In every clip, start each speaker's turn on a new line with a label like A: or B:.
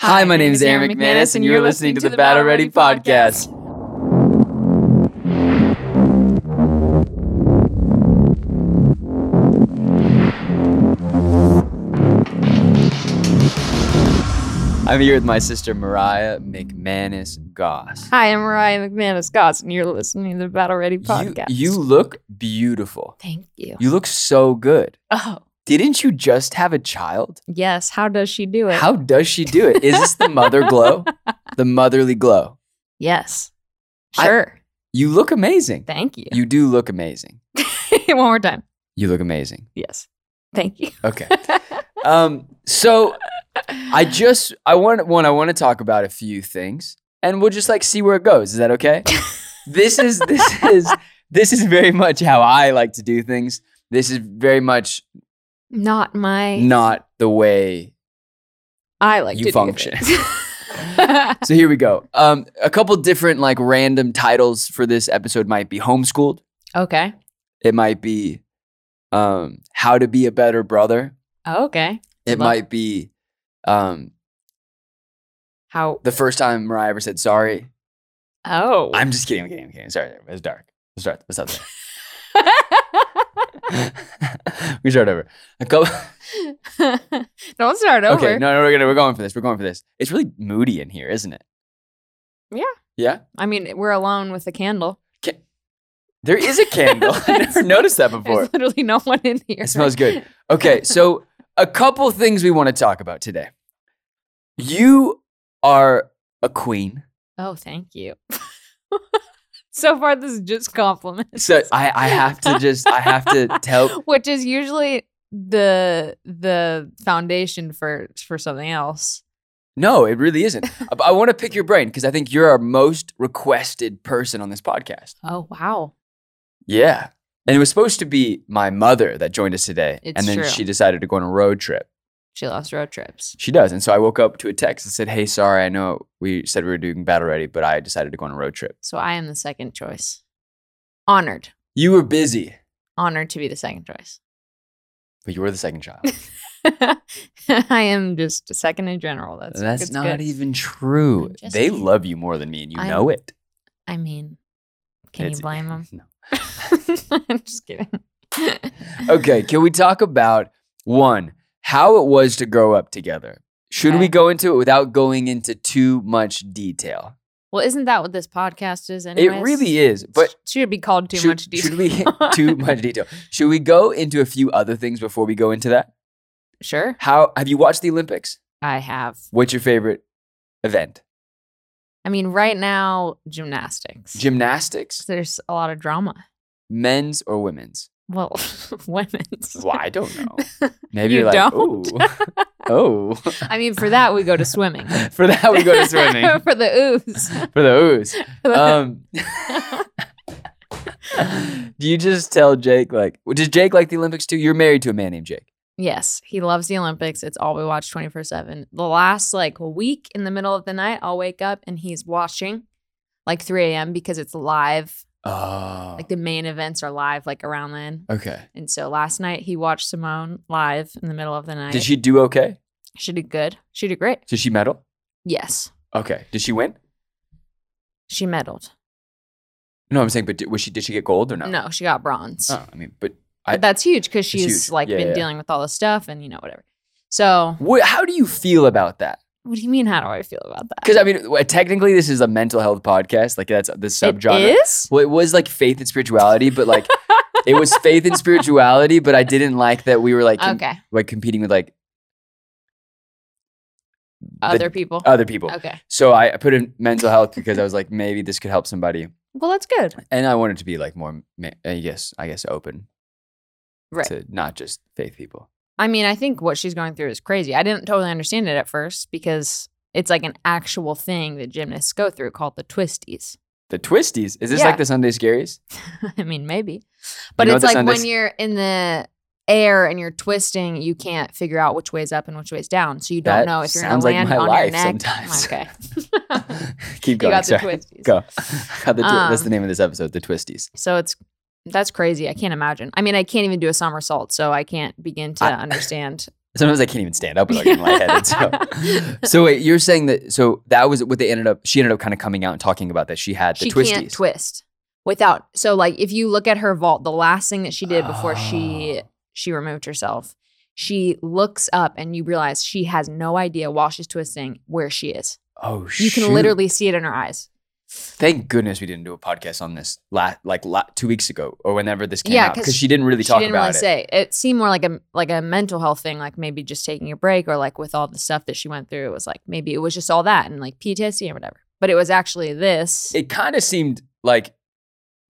A: Hi, my name is Aaron McManus, and you're listening to the Battle Ready Podcast. I'm here with my sister Mariah McManus Goss.
B: Hi, I'm Mariah McManus Goss, and you're listening to the Battle Ready
A: You,
B: Podcast.
A: you look beautiful.
B: thank you.
A: You look so good.
B: Oh,
A: Didn't you just have a child?
B: yes. How does she do it?
A: How does she do it? Is this the mother glow? The motherly glow.
B: Yes.
A: I-
B: Sure.
A: You look amazing.
B: thank you.
A: You do look amazing.
B: One more time.
A: You look amazing.
B: Yes. Thank you.
A: Okay. Um, so I just I want one, I want to talk about a few things and we'll just like see where it goes. Is that okay? this is this is this is very much how I like to do things. This is very much
B: Not my.
A: not the way.
B: I like
A: you
B: to do
A: function.
B: things.
A: So here we go. Um, a couple different like random titles for this episode might be homeschooled.
B: okay.
A: It might be um, how to be a better brother.
B: Okay.
A: It
B: Love-
A: might be um,
B: How?
A: the first time Mariah ever said sorry.
B: Oh.
A: I'm just kidding. I'm kidding. I'm kidding. Sorry, it was dark. Let's start. Let's stop there. we start over. A couple.
B: Don't start over.
A: Okay. No, no, we're gonna we're going for this. We're going for this. It's really moody in here, isn't it?
B: Yeah.
A: Yeah.
B: I mean, we're alone with a candle.
A: There is a candle. I never noticed that before.
B: There's literally no one in here.
A: It smells good. Okay, so a couple things we want to talk about today. You are a queen.
B: Oh, thank you. so far, this is just compliments.
A: So I, I have to just I have to tell
B: which is usually the the foundation for for something else.
A: No, it really isn't. I, I want to pick your brain because I think you're our most requested person on this podcast.
B: Oh wow!
A: Yeah. And it was supposed to be my mother that joined us today.
B: It's
A: and then
B: true.
A: she decided to go on a road trip.
B: She loves road trips.
A: She does. And so I woke up to a text that said, Hey, sorry, I know we said we were doing battle ready, but I decided to go on a road trip.
B: So I am the second choice. Honored,
A: You were busy,
B: honored to be the second choice.
A: but you were the second child.
B: I am just second in general. That's
A: That's,
B: it's
A: not
B: good.
A: even true.
B: I'm just
A: They
B: kidding.
A: love you more than me, and you
B: I'm-
A: know it.
B: I mean, can
A: It's-
B: you blame them?
A: No.
B: I'm just kidding.
A: Okay. Can we talk about one, how it was to grow up together? Should we
B: Okay.
A: go into it without going into too much detail?
B: Well, isn't that what this podcast is? Anyways?
A: It really is. But
B: should be called too
A: should,
B: much detail.
A: Should we too much detail? Should we go into a few other things before we go into that?
B: Sure,
A: How have you watched the Olympics?
B: I have.
A: What's your favorite event?
B: I mean, right now, gymnastics.
A: Gymnastics,
B: There's a lot of drama.
A: men's or women's?
B: Well, women's.
A: Well, I don't know. Maybe
B: You
A: are like,
B: don't?
A: oh,
B: I mean, for that we go to swimming.
A: oh. For that we go to swimming.
B: for the ooze.
A: For the ooze. Um, do you just tell Jake like? well, Does Jake like the Olympics too? You're married to a man named Jake.
B: yes, he loves the Olympics. It's all we watch 24 7. The last like week in the middle of the night, I'll wake up and he's watching like 3 a.m. because it's live.
A: Oh,
B: Like the main events are live, like around then.
A: okay.
B: And so last night he watched Simone live in the middle of the night.
A: Did she do okay?
B: She did good. She did great.
A: Did she medal?
B: Yes,
A: Okay. Did she win?
B: she medaled.
A: No, I'm saying, but did, was she? Did she get gold or no?
B: No, she got bronze.
A: Oh, I mean, but I-
B: but that's huge because
A: It's
B: she's
A: huge.
B: like
A: Yeah,
B: been
A: yeah.
B: dealing with all this stuff and you know whatever. So
A: what, how do you feel about that?
B: what do you mean? How do I feel about that?
A: Because I mean, w- technically, this is a mental health podcast. Like that's the subgenre.
B: It is.
A: Well, it was like faith and spirituality, but like it was faith and spirituality. But I didn't like that we were like com-
B: okay.
A: like competing with like the- Oh.
B: Other people. Oh.
A: other people.
B: okay.
A: So I I put in mental health because I was like, maybe this could help somebody,
B: Well, that's good.
A: and I wanted to be like more, ma- I guess, I guess, open
B: Right.
A: to not just faith people.
B: I mean, I think what she's going through is crazy. I didn't totally understand it at first because it's like an actual thing that gymnasts go through called the twisties.
A: The twisties. Is this
B: Yeah.
A: like the Sunday Scaries?
B: I mean, maybe. But
A: know
B: it's
A: what the
B: like
A: sound
B: when
A: is?
B: you're in the air and you're twisting, you can't figure out which way's up and which way's down. So you don't
A: That
B: know if you're
A: sounds
B: gonna
A: like
B: land
A: my
B: on your
A: life
B: neck.
A: sometimes.
B: Okay.
A: Keep
B: you
A: going.
B: got the
A: Sorry.
B: twisties.
A: Go. Got the twi- that's the
B: Um,
A: name of this episode, the twisties.
B: So it's that's crazy. I can't imagine. I mean, I can't even do a somersault, so I can't begin to
A: I-
B: understand
A: Sometimes I can't even stand up without getting lightheaded. So, so wait, you're saying that? So that was what they ended up. She ended up kind of coming out and talking about that she had the
B: she
A: twisties.
B: can't twist without. So like if you look at her vault, the last thing that she did before she
A: Oh.
B: she removed herself, she looks up and you realize she has no idea while she's twisting where she is.
A: oh, shoot.
B: You can literally see it in her eyes.
A: Thank goodness we didn't do a podcast on this la- like la- two weeks ago or whenever this came
B: Yeah,
A: out
B: 'cause
A: because she didn't really
B: she
A: talk
B: didn't
A: about
B: really
A: it.
B: say. It seemed more like a like a mental health thing, like maybe just taking a break or like with all the stuff that she went through, it was like maybe it was just all that and like PTSD or whatever. But it was actually this.
A: it kind of seemed like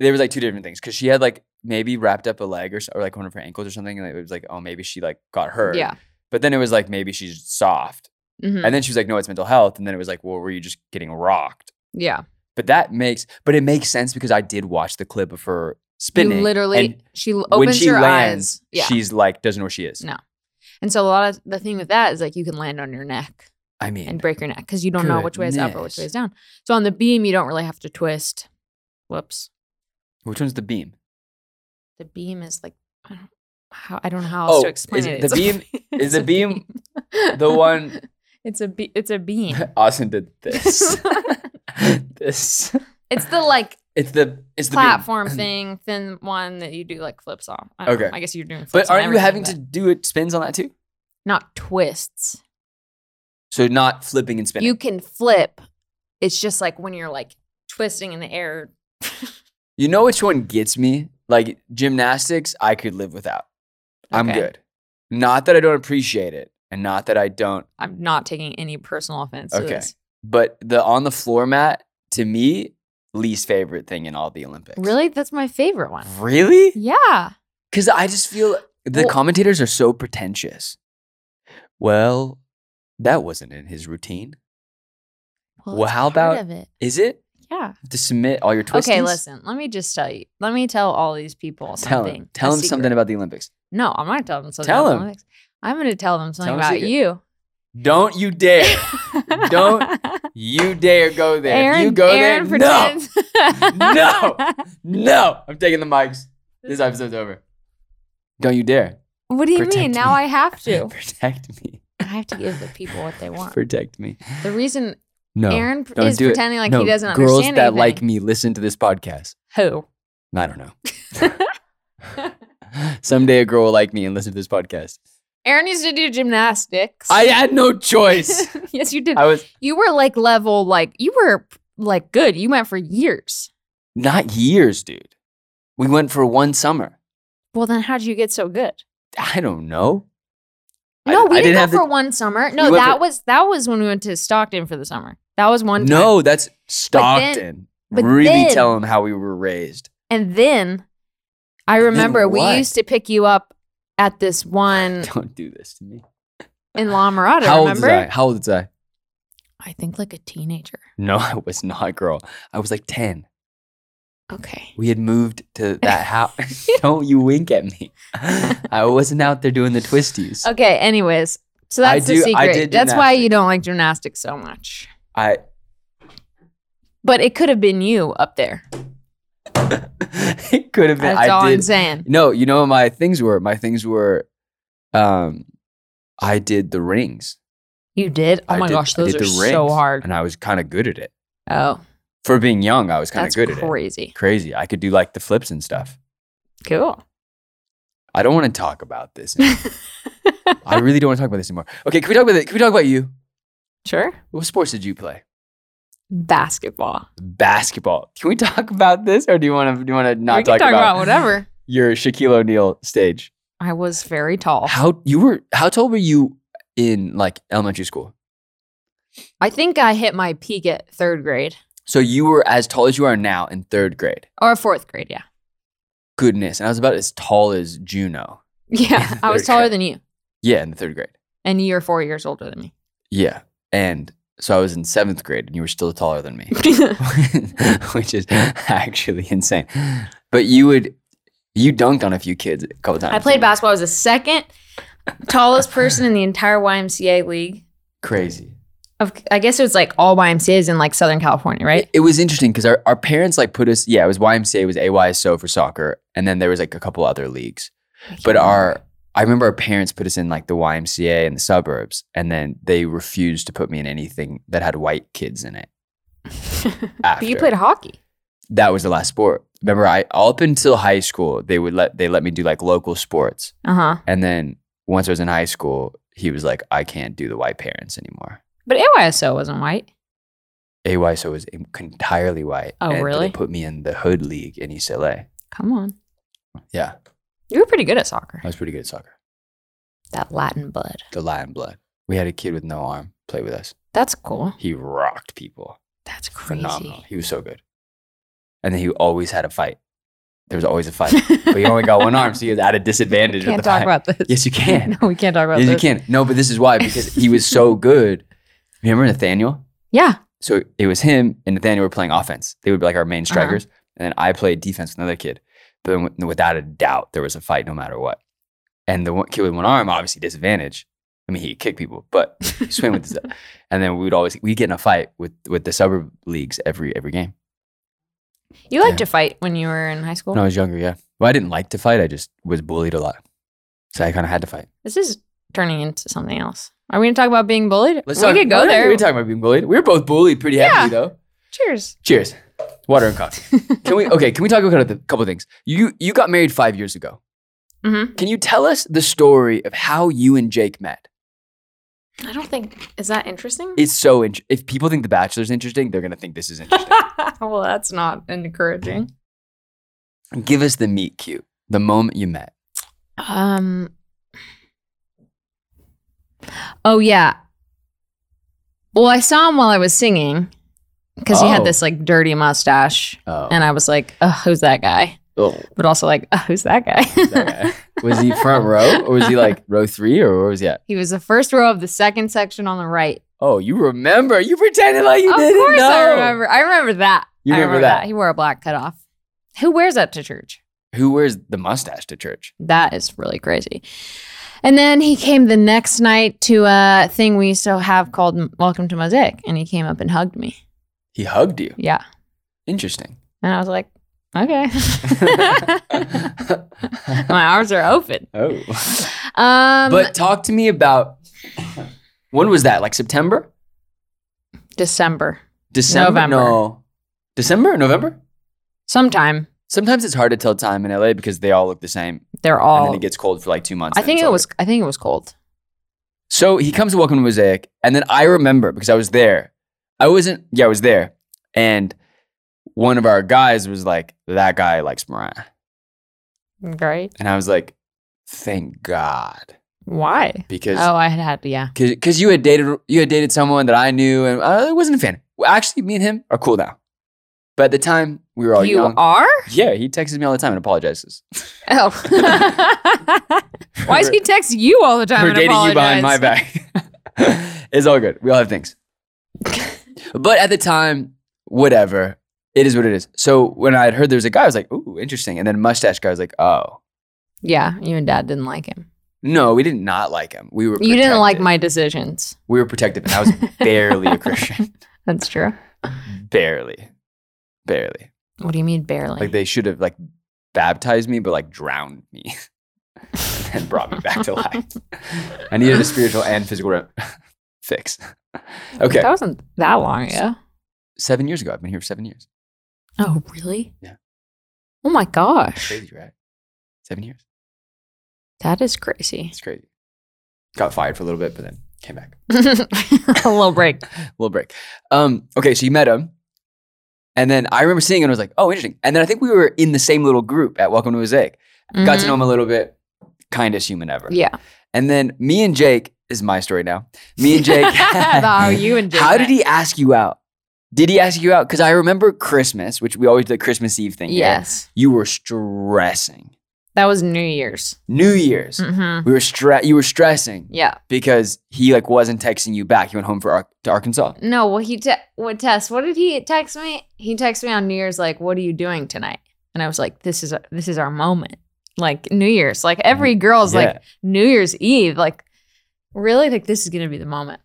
A: there was like two different things because she had like maybe wrapped up a leg or, s- or like one of her ankles or something and it was like oh maybe she like got hurt
B: yeah.
A: but then it was like maybe she's soft
B: Mhm.
A: and then she was like no it's mental health and then it was like well were you just getting rocked
B: Yeah.
A: but that makes but it makes sense because I did watch the clip of her spinning
B: You literally
A: and
B: she l-
A: when
B: opens
A: she
B: her
A: lands
B: eyes. Yeah.
A: she's like doesn't know where she is
B: No. And so a lot of the thing with that is like you can land on your neck
A: I mean
B: and break your neck because you don't know which way is up or which way
A: Goodness.
B: is down. So on the beam, you don't really have to twist. Whoops.
A: which one's the beam
B: The beam is like I don't how I don't know how
A: Oh,
B: else to explain
A: is
B: it.
A: it- the
B: It's-
A: is
B: it's
A: the
B: a
A: beam the one-
B: It's a be- it's a beam.
A: Austin did this
B: it's
A: this
B: the like
A: it's the it's the beam.
B: platform thing, thin one that you do like flips off. I don't know.
A: Okay.
B: I guess you're doing. Flips
A: but
B: on
A: aren't you
B: everything,
A: having
B: but
A: to do it spins on that too
B: not twists?
A: So not flipping and spinning.
B: You
A: You,
B: can flip. It's just like when you're like twisting in the air.
A: know which one gets me? Like gymnastics, I could live without. I'm
B: Okay.
A: good. Not that I don't appreciate it and not that I don't,
B: I'm not taking any personal offense. To
A: Okay.
B: this.
A: but the on the floor mat to me, least favorite thing in all the Olympics.
B: Really? That's my favorite one.
A: Really?
B: Yeah.
A: Cuz I just feel the
B: Well-
A: commentators are so pretentious. Well, that wasn't in his routine. Well,
B: it's
A: how
B: part
A: about-
B: of it?
A: Is it?
B: Yeah.
A: To submit all your twisties?
B: Okay, listen. Let me just tell you. Let me tell all these people
A: Tell
B: something.
A: him. Tell
B: a
A: him something
B: secret.
A: about the Olympics.
B: No, I'm not telling them something.
A: Tell
B: about
A: him.
B: Olympics. I'm going to tell them something
A: Tell him a
B: about
A: secret.
B: you.
A: Don't you dare. Don't you dare go there.
B: Aaron,
A: you go
B: Aaron
A: there. No.
B: pretends.
A: No. No, I'm taking the mics. This episode's over. Don't you dare.
B: What do you mean?
A: Protect
B: Now
A: me.
B: I have to.
A: Protect me.
B: I have to give the people what they want.
A: Protect me.
B: The reason
A: No.
B: Aaron
A: Oh, don't
B: is
A: do it.
B: pretending like
A: no.
B: he doesn't
A: Girls
B: understand
A: that
B: anything.
A: like me listen to this podcast.
B: Who?
A: I don't know. Someday a girl will like me and listen to this podcast.
B: Aaron used to do gymnastics.
A: I had no choice.
B: yes, you did.
A: I was
B: You were like level, like you were like good. You went for years.
A: not years, dude. We went for one summer.
B: Well, then how did you get so good?
A: I don't know. I-
B: No, we
A: I
B: didn't
A: didn't
B: go
A: have the-
B: for one summer. No,
A: We went
B: that
A: for-
B: was that was when we went to Stockton for the summer. That was one. time.
A: No, that's
B: But then-
A: Stockton.
B: but
A: really
B: then-
A: tell them how we were raised.
B: and then I
A: And then
B: remember we
A: what?
B: used to pick you up at this one
A: Don't do this to me.
B: in La Mirada.
A: How old is
B: Mm. remember?
A: I? How old is I?
B: I think like a teenager.
A: No, I was not, girl. I was like 10.
B: Okay.
A: We had moved to that house. Don't you wink at me. I wasn't out there doing the twisties.
B: Okay. Anyways, so
A: I
B: that's the
A: do-
B: secret.
A: I did
B: that's why you
A: gymnastics.
B: don't like gymnastics so much.
A: I
B: But it could have been you up there.
A: it could have been I
B: That's all
A: did.
B: I'm saying.
A: No, you know what my things were. My things were um I did the rings.
B: You did? Oh
A: I
B: my
A: did-
B: gosh,
A: I
B: those
A: did
B: are
A: the
B: so
A: rings,
B: hard.
A: And I was kind of good at it.
B: Oh,
A: For being young, I was kind of
B: that's
A: good at it.
B: crazy.
A: Crazy. I could do like the flips and stuff.
B: Cool.
A: I don't want to talk about this. anymore. I really don't want to talk about this anymore. Okay, can we talk about it? Can we talk about you?
B: Sure.
A: What sports did you play?
B: Basketball.
A: basketball. Can we talk about this, or do you want to? Do you want to not
B: we
A: talk,
B: can talk
A: about,
B: about whatever.
A: your Shaquille O'Neal stage?
B: I was very tall.
A: How you were? How tall were you in like elementary school?
B: I think I hit my peak at third grade
A: So you were as tall as you are now in third grade.
B: or fourth grade. Yeah.
A: Goodness, and I was about as tall as Juno.
B: Yeah. I was
A: Third
B: taller
A: grade.
B: than you,
A: Yeah, in the third grade.
B: and you're four years older than me.
A: Yeah, and so I was in seventh grade, and you were still taller than me, which is actually insane. But you would, you dunked on a few kids a couple times.
B: I played basketball. I was the second tallest person in the entire YMCA league.
A: Crazy.
B: Of, I guess it was like all YMCA's in like Southern California, right?
A: It, it was interesting because our, our parents like put us, yeah, it was YMCA, it was AYSO for soccer, and then there was like a couple other leagues. But our I remember our parents put us in like the YMCA in the suburbs, and then they refused to put me in anything that had white kids in it.
B: But you played hockey.
A: that was the last sport. Remember, I all up until high school, they would let they let me do like local sports,
B: Uh huh.
A: and then once I was in high school, he was like, I can't do the white parents anymore.
B: But AYSO wasn't white.
A: AYSO was en- entirely white.
B: Oh,
A: and- but
B: really?
A: They put me in the hood league in East LA.
B: Come on.
A: Yeah,
B: You were pretty good at soccer.
A: I was pretty good at soccer.
B: That Latin blood.
A: The Lion Blood. We had a kid with no arm play with us.
B: That's cool.
A: He rocked people.
B: That's crazy.
A: Phenomenal. He was so good. And then he always had a fight. There was always a fight, but he only got one arm, so he was at a disadvantage. at
B: can't
A: the fight.
B: talk about this.
A: Yes, you can.
B: No, we can't talk about
A: Yes, you
B: this.
A: can. No, but this is why because he was so good. Remember Nathaniel?
B: Yeah.
A: So it was him and Nathaniel were playing offense. They would be like our
B: Uh-huh.
A: main strikers, and then I played defense with another kid. But then wi- without a doubt, there was a fight no matter what. And the one kid with one arm, obviously disadvantage. I mean, he could kick people, but he swim with his. And then we would always we would get in a fight with with the suburb leagues every every game.
B: You liked
A: Yeah.
B: to fight when you were in high school.
A: When I was younger, yeah. Well, I didn't like to fight. I just was bullied a lot, so I kind of had to fight.
B: This is turning into something else. Are we gonna talk about being bullied? we
A: talk-
B: could go
A: we're not-
B: there.
A: We're talking about being bullied. We were both bullied pretty heavily though.
B: Cheers.
A: Cheers. Water and coffee. Can we okay, can we talk about a couple things? You you got married 5 years ago.
B: Mhm.
A: Can you tell us the story of how you and Jake met?
B: I don't think is that interesting.
A: It's so int- if people think The Bachelor's interesting, they're going to think this is interesting.
B: well, that's not encouraging.
A: Give us the meet cute. The moment you met.
B: Um. Oh yeah. Well, I saw him while I was singing because he
A: Oh.
B: had this like dirty mustache,
A: Oh.
B: and I was like, Ugh, "Who's that guy?"
A: Oh,
B: But also like, Ugh, "Who's that guy?"
A: that guy. was he front row or was he like row 3 or where was he at?
B: he was the first row of the second section on the right.
A: Oh, you remember. You pretended like you
B: of
A: didn't
B: course,
A: know.
B: I remember. I remember that.
A: You
B: I
A: remember that.
B: He wore a black cutoff. Who wears that to church?
A: Who wears the mustache to church?
B: That is really crazy. And then he came the next night to a thing we used to have called M- Welcome to Mosaic, and he came up and hugged me.
A: He hugged you.
B: Yeah,
A: Interesting.
B: and I was like, okay, my arms are open.
A: oh.
B: Um,
A: but talk to me about when was that? Like September,
B: December,
A: December?
B: November.
A: No, December, November.
B: sometime
A: Sometimes it's hard to tell time in LA because they all look the same,
B: they're
A: and
B: all.
A: then it gets cold for like two months.
B: I
A: and then
B: think
A: it's
B: it
A: over.
B: was. I think it was cold.
A: So he comes to Welcome to Mosaic, and then I remember because I was there. I wasn't. Yeah, I was there, and one of our guys was like, "That guy likes Mariah,"
B: Right?
A: and I was like, "Thank God,"
B: Why?
A: because
B: Oh, I had had yeah.
A: because you had dated you had dated someone that I knew and uh, I wasn't a fan. Well, actually, me and him are cool now, but at the time we were all
B: you
A: young.
B: are?
A: yeah, he texts me all the time and apologizes.
B: Oh. Why does he text you all the time?
A: for
B: and
A: dating you behind my
B: apologize?
A: back? it's all good. We all have things. but at the time, whatever. It is what it is. So when I had heard there was a guy, I was like, "Ooh, interesting." And then mustache guy was like, "Oh,
B: Yeah, you and dad didn't like him.
A: no, we did not like him. We were
B: You didn't like
A: protective.
B: my decisions.
A: We were protective, and I was barely a Christian,
B: That's true.
A: barely, barely."
B: What do you mean barely?
A: Like they should have like baptized me, but like drowned me and brought me back to life. I needed a spiritual and physical re- fix. Okay,
B: That wasn't that long ago.
A: seven years ago. I've been here for seven years.
B: Oh, really?
A: Yeah.
B: Oh my gosh.
A: Crazy, right? Seven years.
B: That is crazy.
A: It's crazy. Got fired for a little bit, but then came back.
B: A little break.
A: little break. Um, okay, so you met him. And then I remember seeing him and I was like, oh, interesting. And then I think we were in the same little group at Welcome to Mosaic. Got to know him a little bit. Kindest human ever.
B: Mhm. Mm-hmm. Yeah.
A: And then me and Jake this is my story now. Me and Jake.
B: How you and Jake
A: How did
B: met.
A: he ask you out? Did he ask you out? Because I remember Christmas, which we always do the Christmas Eve thing. here.
B: Yes.
A: You were stressing.
B: That was New Year's.
A: New Year's.
B: hmm
A: We were stre- you were stressing
B: Yeah.
A: because he like wasn't texting you back. He went home for Ar- to Arkansas.
B: No, well, he te- would test. What did he text me? He texted me on New Year's, like, "What are you doing tonight?" And I was like, "This is this is our moment." Like New Year's, like every girl's like
A: Mm-hmm. Yeah.
B: New Year's Eve, like really, like this is gonna be the moment.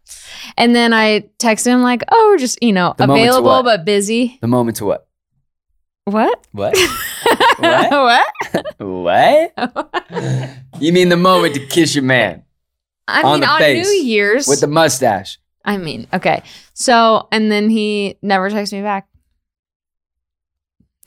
B: And then I texted him like, "Oh, we're just you know
A: The moment's
B: available
A: what?
B: but busy."
A: The moment to what?
B: What?
A: What? What? What? you mean the moment to kiss your man
B: I
A: On
B: mean,
A: the
B: on
A: face.
B: New Year's.
A: with the mustache?
B: I mean, okay. So, and then he never texted me back.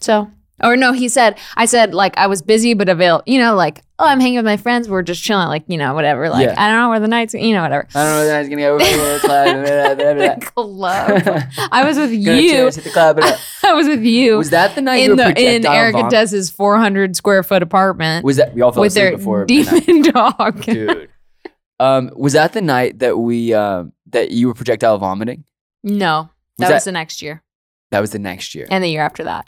B: So, or no, he said, I said, like, I was busy, but available, you know, like, oh, I'm hanging with my friends. We're just chilling, like, you know, whether. Like,
A: Yeah.
B: I don't know where the night's, you know, whatever.
A: I don't know where that's gonna go. We're
B: the
A: gonna
B: club.
A: club.
B: I was with
A: Gonna
B: you.
A: chairs hit the club. and-
B: I was with you
A: Was that the night you
B: in
A: were
B: the in
A: projectile
B: Erica
A: vom-
B: Dess's 400 square foot apartment
A: Was that we all fell
B: with
A: asleep
B: their
A: before midnight.
B: demon dog.
A: dude? Um, was that the night that we um that you were projectile vomiting?
B: No,
A: Was
B: that,
A: that-
B: was the next year
A: That was the next year.
B: and the year after that.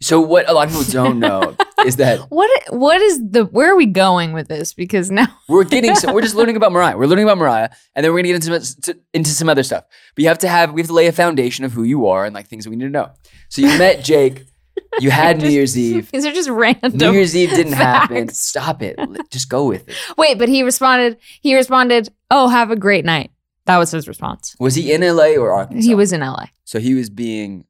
A: So what a lot of people don't know is that
B: What what is the where are we going with this? Because now
A: We're getting some, we're just learning about Mariah. We're learning about Mariah, and then we're gonna get into some, into some other stuff. But you have to have we have to lay a foundation of who you are and like things that we need to know. So you met Jake. You had New Year's Eve.
B: these are just random.
A: New Year's Eve didn't happen.
B: facts.
A: Stop it. L- Just go with it.
B: Wait, but he responded. He responded. Oh, have a great night. That was his response.
A: Was he in LA or Arkansas?
B: He was in L.A.
A: So he was being.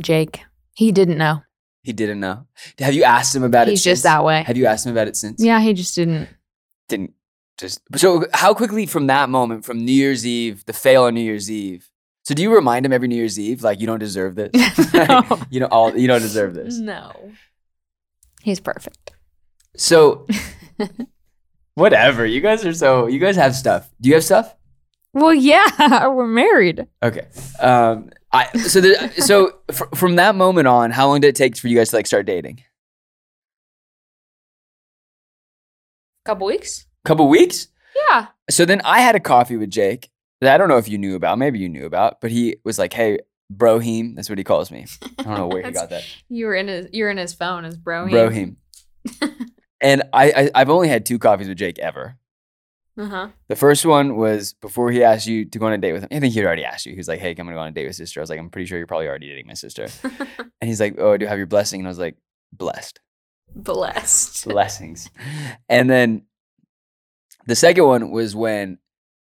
B: Jake. He didn't know.
A: He didn't know. Have you asked him about it?
B: He's just
A: since?
B: that way.
A: Have you asked him about it since?
B: Yeah, he just didn't.
A: Didn't just. So how quickly from that moment, from New Year's Eve, the fail on New Year's Eve. So do you remind him every New Year's Eve like you don't deserve this?
B: No. Mm.
A: you know all you don't deserve this.
B: No. He's perfect.
A: So whatever. You guys are so you guys have stuff. Do you have stuff?
B: Well, yeah, we're married.
A: Okay. Um I so there, so fr- from that moment on, how long did it take for you guys to like start dating?
B: Couple weeks.
A: couple weeks?
B: Yeah.
A: So then I had a coffee with Jake that I don't know if you knew about, maybe you knew about, but he was like, "Hey, Brohim, that's what he calls me." I don't know where he got that.
B: You were in his. You're in his phone as bro.
A: Brohim. and I, I I've only had two coffees with Jake ever.
B: Uh huh.
A: The first one was before he asked you to go on a date with him. I think he'd already asked you. He was like, "Hey, I'm gonna go on a date with sister." I was like, "I'm pretty sure you're probably already dating my sister."
B: Uh-huh.
A: and he's like, "Oh, do you have your blessing?" And I was like, "Blessed,
B: Blessed.
A: blessings." and then the second one was when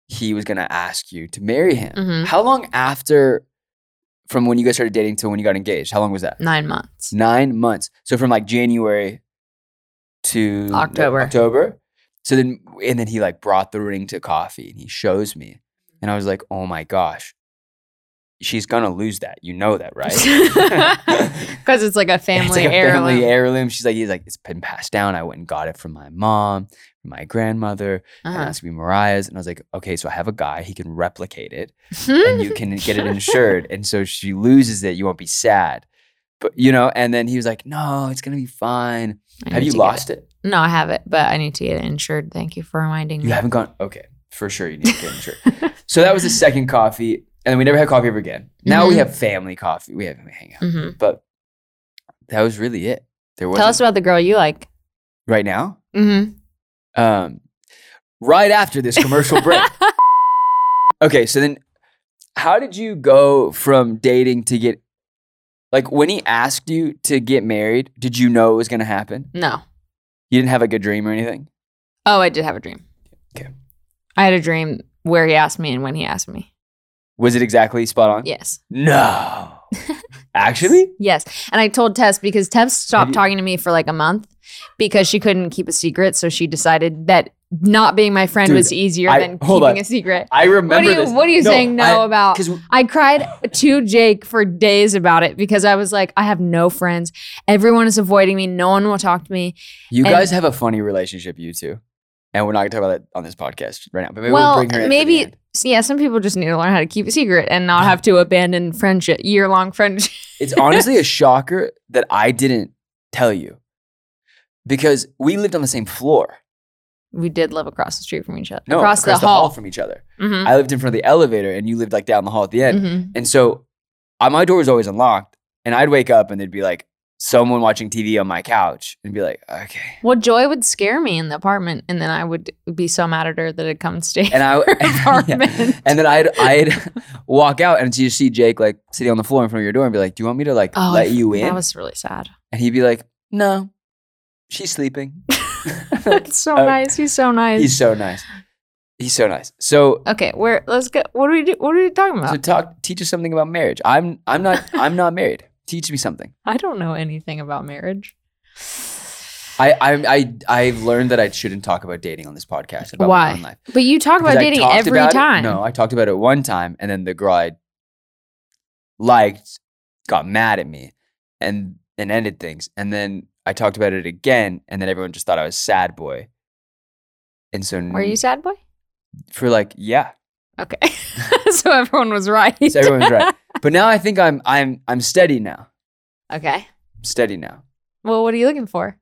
A: he was gonna ask you to marry him.
B: Mhm.
A: How long after, from when you guys started dating till when you got engaged? How long was that?
B: Nine months.
A: Nine months. So from like January to
B: October.
A: October. So then, and then he like brought the ring to coffee and he shows me. And I was like, oh my gosh, she's going to lose that. You know that, right?
B: Because it's like a family
A: it's like a
B: heirloom.
A: family heirloom. She's like, he's like, it's been passed down. I went and got it from my mom, from my grandmother, and
B: Uh-huh.
A: that's gonna be Mariah's. And I was like, okay, so I have a guy, he can replicate it
B: Hmm?
A: and you can get it insured. And so she loses it, you won't be sad. But you know, and then he was like, No, it's gonna be fine.
B: I
A: Have
B: need
A: you
B: to get
A: lost it?
B: it. No, I have it, but I need to get it insured. Thank you for reminding
A: You
B: me.
A: haven't gone okay, for sure you need to get insured. so that was the second coffee, and then we never had coffee ever again. Now we
B: Mhm.
A: have family coffee. We have we hang out.
B: hmm
A: But that was really it. There was
B: Tell us about the girl you like.
A: right now.
B: Mm-hmm.
A: Um right after this commercial break. Okay, so then how did you go from dating to get like when he asked you to get married, did you know it was gonna happen?
B: no.
A: You didn't have like a dream or anything?
B: Oh, I did have a dream.
A: Okay.
B: I had a dream where he asked me and when he asked me.
A: Was it exactly spot on?
B: Yes.
A: No. Actually?
B: Yes. And I told Tess because Tess stopped
A: you-
B: talking to me for like a month because she couldn't keep a secret. So she decided that not being my friend
A: Dude,
B: was easier
A: I-
B: than
A: hold on.
B: keeping a secret.
A: I
B: What
A: remember
B: are you
A: this.
B: what are you saying no
A: I-
B: about?
A: 'cause
B: I cried to Jake for days about it because I was like, I have no friends. Everyone is avoiding me. No one will talk to me.
A: you
B: and-
A: guys have a funny relationship, you two. And we're not gonna talk about that on this podcast right now. But maybe
B: well,
A: we'll bring her in. for the
B: maybe.
A: end.
B: so yeah, some people just need to learn how to keep a secret and not have to abandon friendship, year long friendship.
A: It's honestly a shocker that I didn't tell you. Because we lived on the same floor.
B: We did live across the street from each other,
A: No,
B: across, the, hall.
A: from each other.
B: Mhm,
A: I lived in front of the elevator and you lived like down the hall at the end.
B: mhm.
A: And so I, my door was always unlocked and I'd wake up and there'd be like someone watching TV on my couch and be like, okay.
B: Well, Joy would scare me in the apartment, and then I would be so mad at her that I'd come stay.
A: And I
B: Apartment.
A: and then I'd I'd walk out and you see Jake like sitting on the floor in front of your door and be like, Do you want me to like
B: Oh,
A: let you in?
B: that was really sad.
A: and he'd be like, No, she's sleeping.
B: That's so
A: Oh.
B: nice. He's so nice.
A: He's so nice. He's so nice. So
B: okay, where? Let's go. What do we do? What are we talking about?
A: so talk teach us something about marriage. I'm I'm not I'm not married. Teach me something.
B: I don't know anything about marriage.
A: I I I I've learned that I shouldn't talk about dating on this podcast. About
B: Why?
A: My own life.
B: But you talk about
A: Because I
B: dating
A: talked
B: every
A: about it-
B: time.
A: No, I talked about it one time, and then the girl I liked got mad at me and and ended things. And then I talked about it again, and then everyone just thought I was sad boy. And so
B: Were you sad boy?
A: for like yeah,
B: Okay. so everyone was right.
A: so everyone's right. But now I think I'm I'm I'm steady now.
B: okay.
A: I'm steady now.
B: Well, what are you looking for?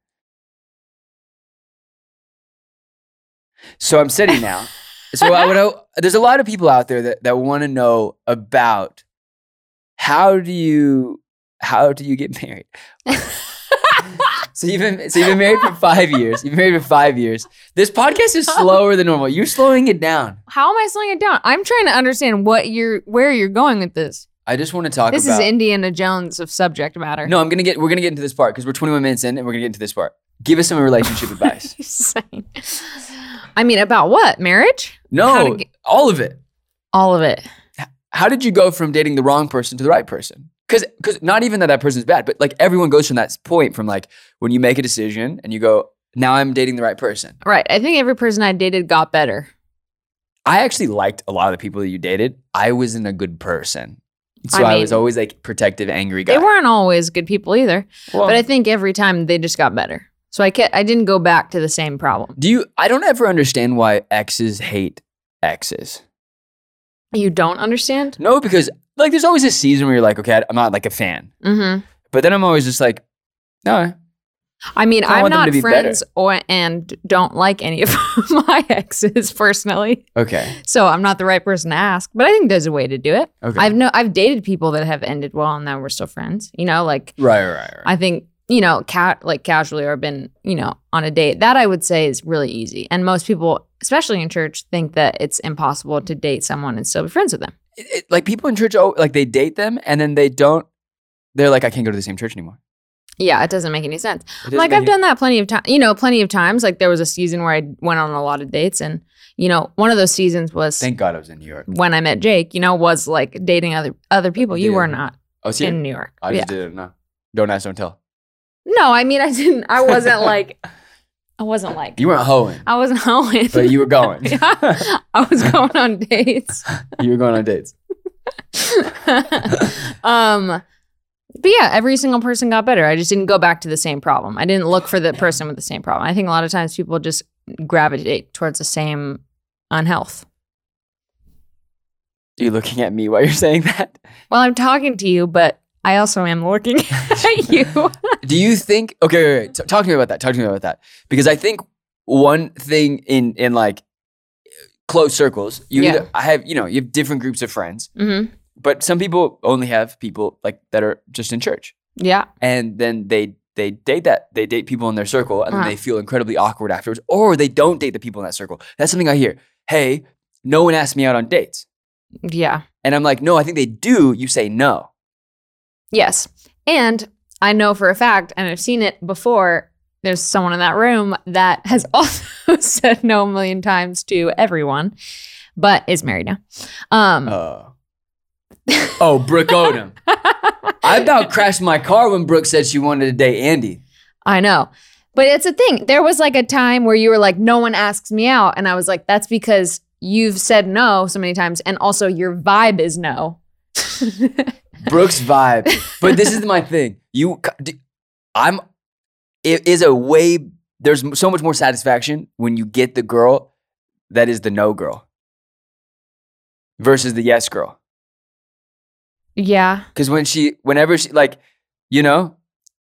A: So I'm steady now. so I would hope, there's a lot of people out there that, that want to know about how do you how do you get married? so you've been so you've been married for five years. You've been married for five years. This podcast is slower than normal. You're slowing it down.
B: How am I slowing it down? I'm trying to understand what you're where you're going with this.
A: I just want to talk
B: this
A: about
B: is Indiana Jones of subject matter.
A: No, I'm gonna get we're gonna get into this part because we're 21 minutes in and we're gonna get into this part. Give us some relationship advice.
B: Insane. I mean, about what? Marriage? How
A: No,
B: to get-
A: all of it.
B: All of it.
A: how did you go from dating the wrong person to the right person? Because because not even that that person's bad, but like everyone goes from that point from like when you make a decision and you go now I'm dating the right person.
B: Right. I think every person I dated got better.
A: I actually liked a lot of the people that you dated. I wasn't a good person, so I,
B: I
A: was
B: mean,
A: always like protective, angry guy.
B: They weren't always good people either,
A: Well,
B: but I think every time they just got better. So I kept, I didn't go back to the same problem.
A: do you? I don't ever understand why exes hate exes.
B: You don't understand?
A: No, because like there's always a season where you're like, okay, I'm not like a fan,
B: Mm-hmm.
A: but then I'm always just like, no,
B: I mean,
A: I
B: I'm
A: want them to
B: not
A: be better.
B: friends or and don't like any of my exes personally,
A: okay,
B: so I'm not the right person to ask. But I think there's a way to do it.
A: okay,
B: I've no, I've dated people that have ended well and now we're still friends. You know, like
A: right, right, right.
B: I think you know, ca- like casually or been you know on a date. That I would say is really easy, and most people, especially in church, think that it's impossible to date someone and still be friends with them.
A: it, it- like people in church, oh, like they date them and then they don't. They're like, I can't go to the same church anymore.
B: Yeah, it doesn't make any sense.
A: It doesn't
B: like
A: make
B: I've
A: any-
B: done that plenty of times. You know, plenty of times. Like there was a season where I went on a lot of dates, and you know, one of those seasons was
A: Thank God I was in New York.
B: when I met Jake. You know, was like dating other other people. You
A: Yeah.
B: were not
A: Oh, see,
B: in New York.
A: I
B: yeah.
A: just didn't know. Don't ask, don't tell.
B: No, I mean, I didn't. I wasn't like. I wasn't like.
A: You weren't hoeing,
B: I wasn't going.
A: but you were going.
B: Yeah. I was going on dates.
A: you were going on dates.
B: um, but yeah, every single person got better. I just didn't go back to the same problem. I didn't look for the person with the same problem. I think a lot of times people just gravitate towards the same unhealth.
A: Are you looking at me while you're saying that?
B: Well, I'm talking to you, but I also am looking at you.
A: Do you think? Okay, wait, wait, t- talk to me about that. Talk to me about that because I think one thing in in like close circles, you
B: Yeah.
A: either, I have you know you have different groups of friends,
B: hmm
A: but some people only have people like that are just in church.
B: Yeah.
A: and then they they date that they date people in their circle and then
B: Uh-huh.
A: they feel incredibly awkward afterwards or they don't date the people in that circle that's something i hear hey no one asked me out on dates
B: Yeah.
A: and i'm like no i think they do you say no
B: Yes. And I know for a fact, and I've seen it before, there's someone in that room that has also said no a million times to everyone, but is married now. Um,
A: oh oh brooke odom i about crashed my car when brooke said she wanted to date andy
B: I know. But it's a thing. There was like a time where you were like, no one asks me out. And I was like, that's because you've said no so many times. And also your vibe is no.
A: brooke's vibe but this is my thing you c- d- i'm it is a way there's m- so much more satisfaction when you get the girl that is the no girl versus the yes girl
B: yeah.
A: because when she whenever she like you know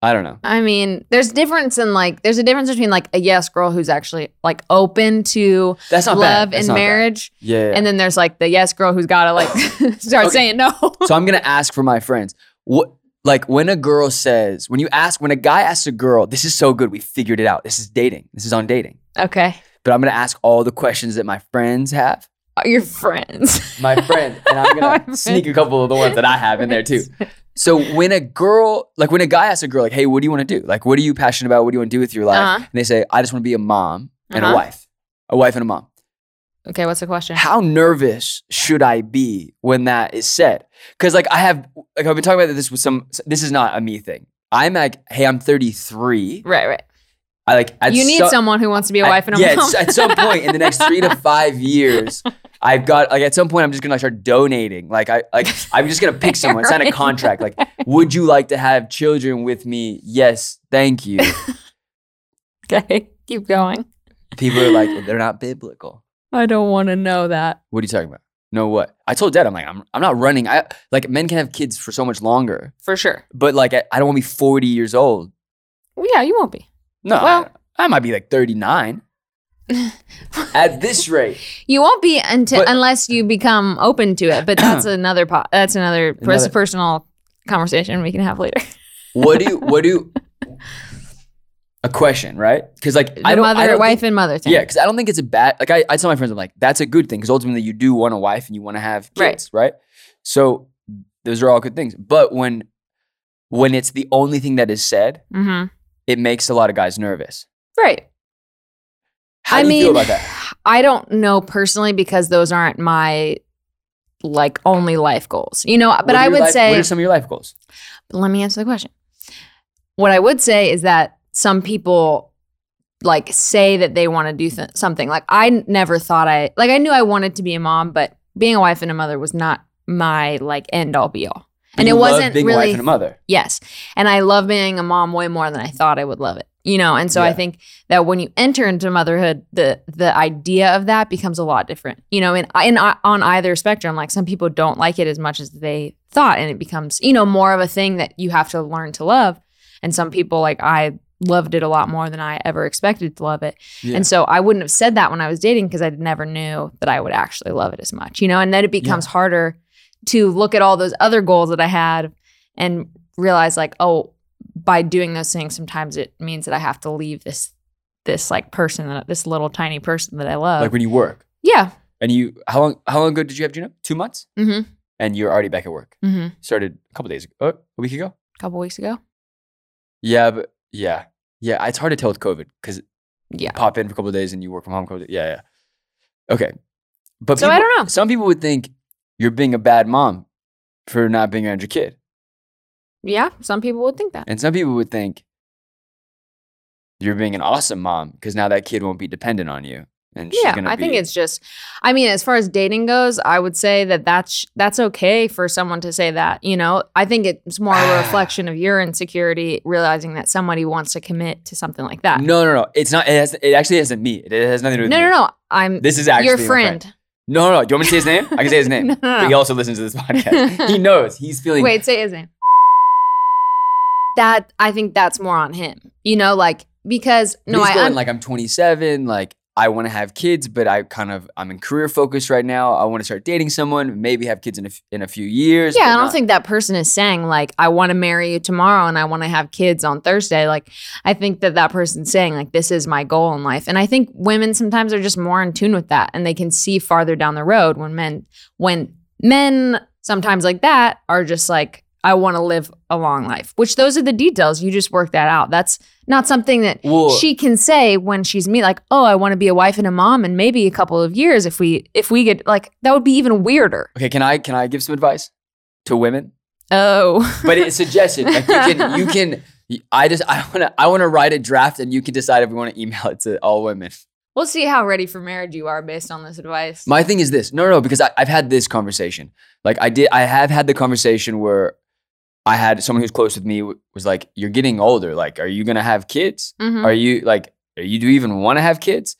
A: i don't know
B: I mean, there's difference in like, there's a difference between like a yes girl who's actually like open to
A: that's not
B: love
A: bad. That's
B: and
A: not bad.
B: marriage.
A: yeah, yeah, yeah.
B: And then there's like the yes girl who's gotta like start
A: Okay.
B: saying no.
A: so i'm gonna ask for my friends what like when a girl says when you ask when a guy asks a girl this is so good we figured it out this is dating this is on dating
B: okay.
A: but i'm gonna ask all the questions that my friends have
B: Are Uh, your friends?
A: my friend, and I'm
B: My
A: gonna
B: friend.
A: sneak a couple of the ones that I have in there too. So when a girl, like when a guy asks a girl, like, "Hey, what do you want to do? Like, what are you passionate about? What do you want to do with your life?"
B: Uh-huh.
A: and they say, "I just want to be a mom and
B: Uh-huh.
A: a wife, a wife and a mom."
B: Okay, what's the question?
A: How nervous should I be when that is said? Because like I have, like I've been talking about this with some. This is not a me thing. I'm like, hey, I'm 33.
B: right, right.
A: I like. At
B: you need
A: so-
B: someone who wants to be a
A: at-
B: wife and a
A: yeah,
B: mom.
A: it's- at some point in the next three to five years, I've got like at some point I'm just gonna like, start donating. Like I like I'm just gonna pick someone, sign a
B: Right.
A: contract. Like, would you like to have children with me? Yes, thank you.
B: okay, keep going.
A: People are like, they're not biblical.
B: I don't want to know that.
A: What are you talking about? No, what? I told Dad, I'm like, I'm I'm not running. I like men can have kids for so much longer,
B: For sure.
A: but like I, I don't want to be 40 years old.
B: Well, yeah, you won't be.
A: No, I-
B: Well-
A: I, might be like 39. At this rate,
B: You won't be until
A: But-
B: unless you become open to it. But that's another po- that's another, pers-
A: Another-
B: personal conversation we can have later.
A: what do you, what do you, a question, right? Because like
B: The
A: I don't,
B: mother,
A: I don't
B: wife,
A: think,
B: and mother thing.
A: yeah, because I don't think it's a bad. Like I, I tell my friends, I'm like, that's a good thing because ultimately you do want a wife and you want to have
B: Right.
A: kids, right? So those are all good things. But when when it's the only thing that is said,
B: hmm
A: it makes a lot of guys nervous.
B: Right.
A: How
B: I
A: do you
B: mean,
A: feel about that?
B: I don't know personally because those aren't my like only life goals. You know, but
A: What are
B: I
A: your
B: would
A: life-
B: say
A: what are some of your life goals?
B: But let me answer the question. What I would say is that some people like say that they want to do th- something. Like I n- never thought I like I knew I wanted to be a mom, but being a wife and a mother was not my like end all be all. And
A: You
B: it
A: love
B: wasn't
A: being a
B: really
A: wife and a mother.
B: Yes. And I love being a mom way more than I thought I would love it. You know, and so I
A: Yeah.
B: think that when you enter into motherhood, the the idea of that becomes a lot different. You know, and in, uh, on either spectrum, like some people don't like it as much as they thought, and it becomes you know more of a thing that you have to learn to love. And some people like I loved it a lot more than I ever expected to love it.
A: Yeah.
B: And so I wouldn't have said that when I was dating because I never knew that I would actually love it as much, you know? And then it becomes harder to look at all those other goals that I had and realize like, oh, by doing those things, sometimes it means that I have to leave this this like person that this little tiny person that I love.
A: like when you work
B: yeah.
A: and you how long how long ago did you have Juno? Two months,
B: hmm
A: and you're already back at work.
B: hmm A
A: Started a couple days ago, oh, a week ago.
B: couple weeks ago.
A: Yeah, but yeah, yeah. It's hard to tell with COVID because
B: Yeah.
A: pop in for a couple of days and you work from home. a Couple of, yeah, yeah. Okay, but
B: So I
A: people-
B: don't know.
A: Some people would think you're being a bad mom for not being around your kid,
B: Yeah. Some people would think that.
A: and some people would think you're being an awesome mom because now that kid won't be dependent on you. And she's
B: yeah,
A: gonna
B: I think
A: be-
B: it's just. I mean, as far as dating goes, I would say that that's that's okay for someone to say that. You know, I think it's more a reflection of your insecurity, realizing that somebody wants to commit to something like that.
A: no, no, no. It's not. It, has, it actually isn't me. It has nothing to do
B: no,
A: with
B: no,
A: me.
B: no. I'm
A: This is actually
B: your
A: my
B: friend.
A: No, no. Do you want me to say his name? I can say his name.
B: No, no,
A: But
B: no.
A: he also listens to this podcast. he knows. He's feeling.
B: Wait, say his name. That I think that's more on him. You know, like because
A: But
B: no,
A: he's
B: I
A: going
B: un-
A: like I'm 27. Like I want to have kids, but I kind of I'm in career focus right now. I want to start dating someone. Maybe have kids in a, f- in a few years.
B: Yeah,
A: but
B: I don't
A: not-
B: think that person is saying like I want to marry you tomorrow and I want to have kids on Thursday. Like I think that that person's saying like this is my goal in life. And I think women sometimes are just more in tune with that and they can see farther down the road when men when men sometimes like that are just like I want to live a long life. Which those are the details you just work that out. That's not something that
A: Well,
B: she can say when she's me like, "Oh, I want to be a wife and a mom and maybe a couple of years if we if we get like that would be even weirder."
A: okay. Can I can I give some advice to women?
B: Oh.
A: But it's suggested. like you can you can. I just I want to I want to write a draft, and you can decide if we want to email it to all women.
B: We'll see how ready for marriage you are based on this advice.
A: My thing is this. No, no, no, because I, I've had this conversation. Like I did, I have had the conversation where I had someone who's close with me w- was like, "You're getting older. Like, are you gonna have kids?
B: Mhm.
A: Are you like, are you do you even want to have kids?"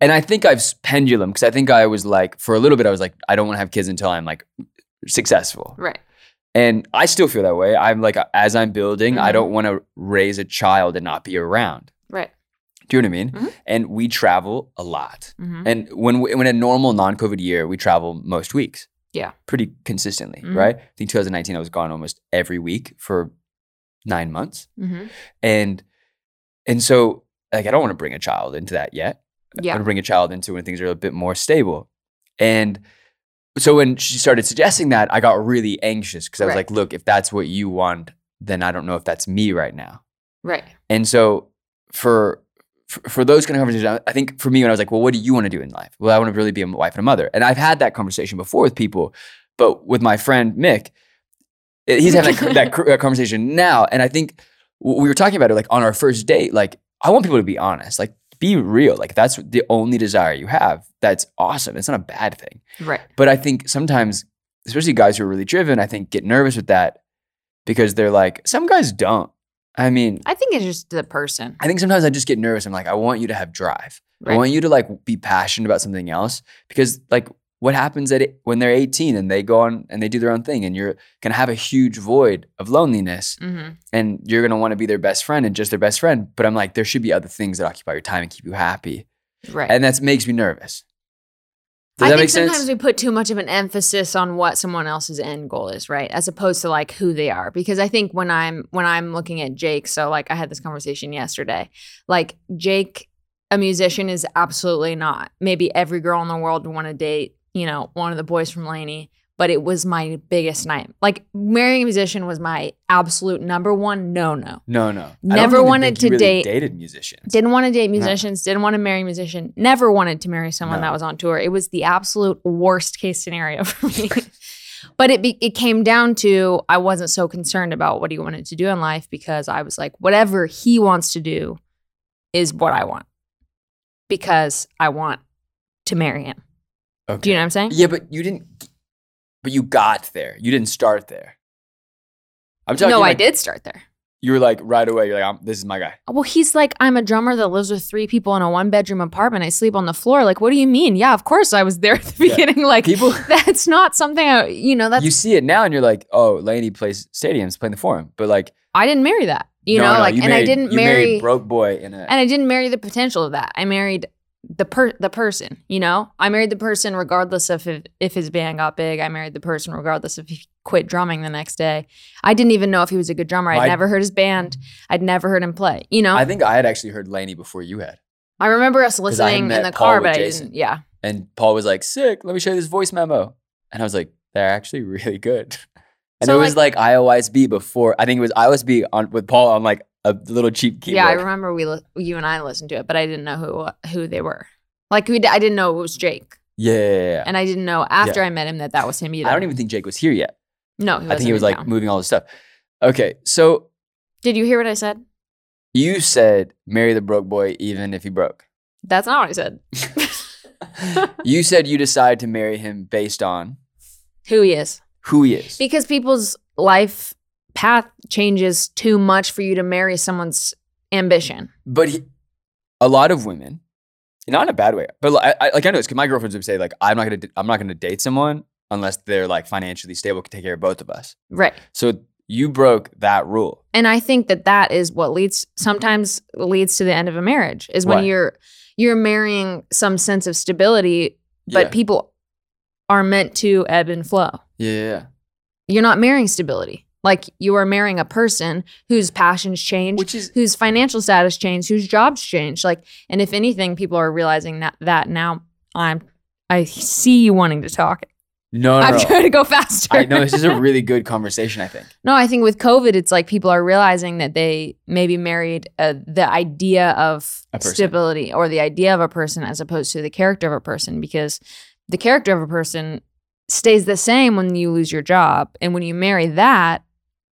A: And I think I've s- pendulum because I think I was like, for a little bit, I was like, I don't want to have kids until I'm like successful,
B: right.
A: and I still feel that way. I'm like, as I'm building, I
B: Mhm.
A: don't want to raise a child and not be around.
B: Right.
A: Do you know what I mean?
B: Mhm.
A: And we travel a lot.
B: Mm-hmm.
A: And when we, when a normal non-COVID year, we travel most weeks.
B: Yeah.
A: pretty consistently,
B: Mhm.
A: right? I think 2019, I was gone almost every week for nine months,
B: Mm-hmm.
A: and and so like I don't want to bring a child into that yet. I
B: Yeah.
A: want to bring a child into when things are a bit more stable, and so when she started suggesting that, I got really anxious because I was
B: Right.
A: like, "Look, if that's what you want, then I don't know if that's me right now."
B: Right.
A: And so for for, for those kind of conversations, I think for me, when I was like, well, what do you want to do in life? Well, I want to really be a wife and a mother. And I've had that conversation before with people, but with my friend Mick, eh, he's having that, that cr- conversation now. And I think w- we were talking about it like on our first date, like, I want people to be honest, like, be real. Like, that's the only desire you have. That's awesome. It's not a bad thing.
B: Right.
A: But I think sometimes, especially guys who are really driven, I think get nervous with that because they're like, some guys don't. I mean,
B: I think it's just the person.
A: I think sometimes I just get nervous. I'm like, I want you to have drive. I
B: Right.
A: want you to like be passionate about something else because like what happens at it, when they're 18 and they go on and they do their own thing and you're gonna have a huge void of loneliness
B: hmm
A: and you're gonna want to be their best friend and just their best friend. But I'm like, there should be other things that occupy your time and keep you happy,
B: Right.
A: and that makes me nervous. Does
B: I
A: that
B: think
A: make
B: sometimes
A: sense?
B: we put too much of an emphasis on what someone else's end goal is, right? As opposed to like who they are. Because I think when I'm when I'm looking at Jake, so like I had this conversation yesterday. Like Jake, a musician is absolutely not. Maybe every girl in the world would want to date, you know, one of the boys from Laney, but it was my biggest night. Like marrying a musician was my absolute number one no no.
A: no, no. I don't
B: Never
A: even
B: wanted
A: think you
B: to
A: really
B: date-
A: dated musicians.
B: Didn't want to date musicians, didn't want to marry a musician, never wanted to marry someone
A: No.
B: that was on tour. It was the absolute worst case scenario for me. but it be, it came down to I wasn't so concerned about what he wanted to do in life because I was like whatever he wants to do is what I want. Because I want to marry him.
A: Okay.
B: Do you know what I'm saying?
A: Yeah, but you didn't. But you got there. You didn't start there. I'm talking.
B: no, I
A: like,
B: did start there.
A: You were like right away. You're like, I'm, this is my guy.
B: Well, he's like, I'm a drummer that lives with three people in a one bedroom apartment. I sleep on the floor. Like, what do you mean? Yeah, of course I was there at the
A: Yeah.
B: beginning. Like,
A: People-
B: that's not something I, you know, that's,
A: you see it now, and you're like, oh, Laney plays stadiums, playing the forum. But like,
B: I didn't marry that, you
A: no,
B: know,
A: no,
B: like,
A: you
B: and I
A: married-
B: didn't
A: you married
B: marry,
A: broke boy in a.
B: and I didn't marry the potential of that. I married the per the person, you know, I married the person regardless of if, if his band got big. I married the person regardless if he quit drumming the next day. I didn't even know if he was a good drummer. I'd
A: My-
B: never heard his band. I'd never heard him play, you know,
A: I
B: I,
A: think I had actually heard Laney before you had,
B: remember us
A: I had
B: listening
A: met
B: in the
A: Paul
B: car,
A: with
B: but I
A: Jason.
B: didn't. Yeah.
A: and Paul was like, sick. Let me show you this voice memo, and I was like, they're actually really good. And
B: So,
A: it was like, IOSB before. I think it was IOSB on with Paul on like a little cheap keyboard.
B: Yeah, I remember we li- you and I listened to it, but I didn't know who uh, who they were. Like we, d- I didn't know it was Jake,
A: yeah, yeah, yeah, yeah.
B: and I didn't know after I met him that that was him either.
A: I don't even think Jake was here yet.
B: No, he
A: I think he
B: wasn't
A: was
B: in
A: like
B: town.
A: moving all this stuff. Okay, so
B: Did you hear what I said?
A: you said marry the broke boy even if he broke.
B: That's not what I said.
A: you said you decide to marry him based on
B: Who he is,
A: who he is.
B: because people's life path changes too much for you to marry someone's ambition.
A: But he, a lot of women, not in a bad way, but like, I, I- like I know this because my girlfriends would say like I'm not gonna d- I'm not gonna date someone unless they're like financially stable can take care of both of us.
B: Right.
A: So you broke that rule.
B: and i think that that is what leads sometimes leads to the end of a marriage is when
A: Right.
B: you're you're marrying some sense of stability but
A: Yeah.
B: people are meant to ebb and flow
A: Yeah, yeah, yeah.
B: you're not marrying stability like you are marrying a person whose passions change
A: which is
B: whose financial status change whose jobs change like and if anything people are realizing that that now i'm i see you wanting to talk
A: no, no.
B: i'm
A: no.
B: trying to go faster
A: I know this is a really good conversation. I think.
B: No, I think with COVID, it's like people are realizing that they maybe married uh, the idea of
A: A person.
B: stability or the idea of a person as opposed to the character of a person because the character of a person stays the same when you lose your job. And when you marry that,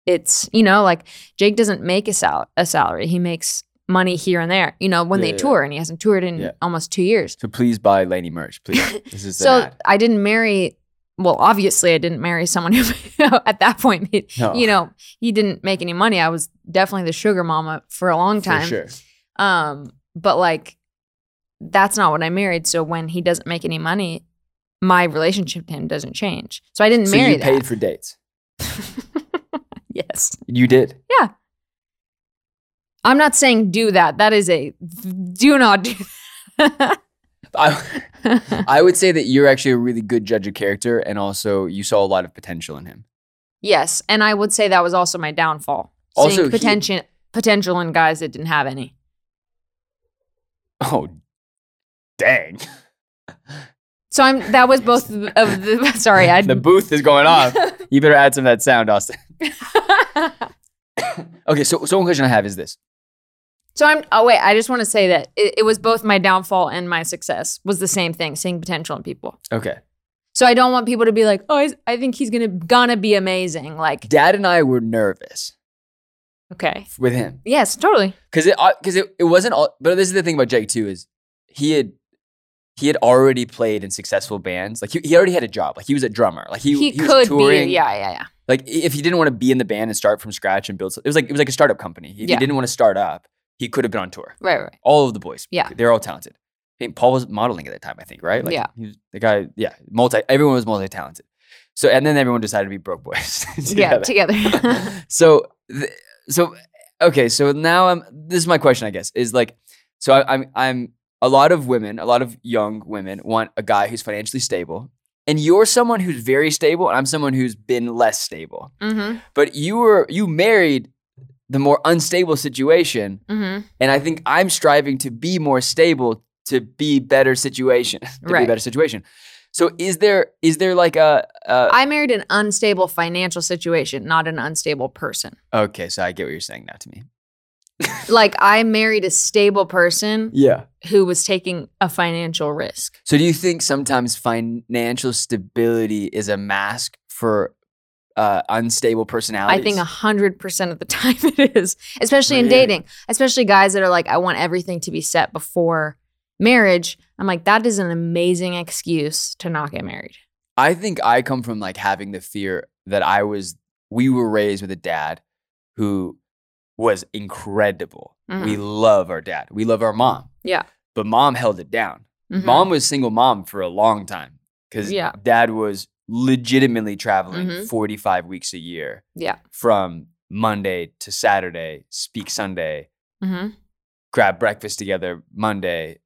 B: it's, you know, like Jake doesn't make a, sal- a salary, he makes money here and there, you know, when
A: Yeah,
B: they
A: yeah,
B: tour, and he hasn't toured in
A: Yeah.
B: almost two years.
A: So please buy Laney merch, please. This is
B: So
A: an ad.
B: I didn't marry. Well, obviously, I didn't marry someone who, at that point, it-
A: No.
B: you know, he didn't make any money. I was definitely the sugar mama for a long time.
A: For sure.
B: Um, but like, that's not what I married. So when he doesn't make any money, my relationship to him doesn't change. So I didn't
A: So
B: marry
A: you paid for dates.
B: that. yes,
A: You did.
B: I'm not saying do that. That is a do not do. That.
A: I, I would say that you're actually a really good judge of character, and also you saw a lot of potential in him.
B: Yes, and I would say that was also my downfall. Seeing
A: Also, he-
B: potential potential in guys that didn't have any.
A: Oh, dang!
B: So I'm that was both of the sorry, I
A: the booth is going off. you better add some of that sound, Austin. Okay, so so one question I have is this:
B: So I'm. Oh wait, I just want to say that it, it was both my downfall and my success was the same thing, seeing potential in people.
A: Okay.
B: So I don't want people to be like, oh, I, I think he's gonna gonna be amazing. Like,
A: Dad and I were nervous
B: okay,
A: with him
B: yes, totally.
A: because it because it, it wasn't all. But this is the thing about Jake too is he had he had already played in successful bands. Like he, he already had a job. Like he was a drummer. Like he
B: He,
A: he was
B: could
A: touring.
B: be. Yeah, yeah, yeah.
A: Like i- if he didn't want to be in the band and start from scratch and build, so- it was like it was like a startup company. If
B: Yeah.
A: he didn't want to start up, he could have been on tour.
B: Right, right, right.
A: All of the boys,
B: Yeah.
A: they're all talented. I think Paul was modeling at that time, I think, right?
B: Yeah.
A: he was, the guy, yeah, multi. Everyone was multi talented. So and then everyone decided to be broke boys.
B: Yeah,
A: together
B: together.
A: so th- so okay so now i'm this is my question i guess is like so I, i'm i'm a lot of women a lot of young women want a guy who's financially stable and you're someone who's very stable and i'm someone who's been less stable
B: mm-hmm.
A: but you were you married the more unstable situation
B: Mm-hmm.
A: and i think i'm striving to be more stable to be better situation to be
B: Right.
A: better situation so is there is there like a, a
B: I married an unstable financial situation, not an unstable person.
A: okay so i get what you're saying now to me
B: Like I married a stable person
A: yeah
B: who was taking a financial risk.
A: So do you think sometimes financial stability is a mask for uh, unstable personalities?
B: I think hundred percent of the time it is, especially in
A: Really?
B: dating, especially guys that are like, I want everything to be set before marriage. I'm like, that is an amazing excuse to not get married.
A: I think I come from like having the fear that I was. We were raised with a dad who was incredible. We
B: Mm-hmm.
A: love our dad. We love our mom.
B: Yeah.
A: But mom held it down.
B: Mhm.
A: Mom was single mom for a long time because
B: Yeah.
A: dad was legitimately traveling
B: Mhm.
A: 45 weeks a year
B: Yeah.
A: from Monday to Saturday, speak Sunday,
B: Mhm.
A: grab breakfast together Monday,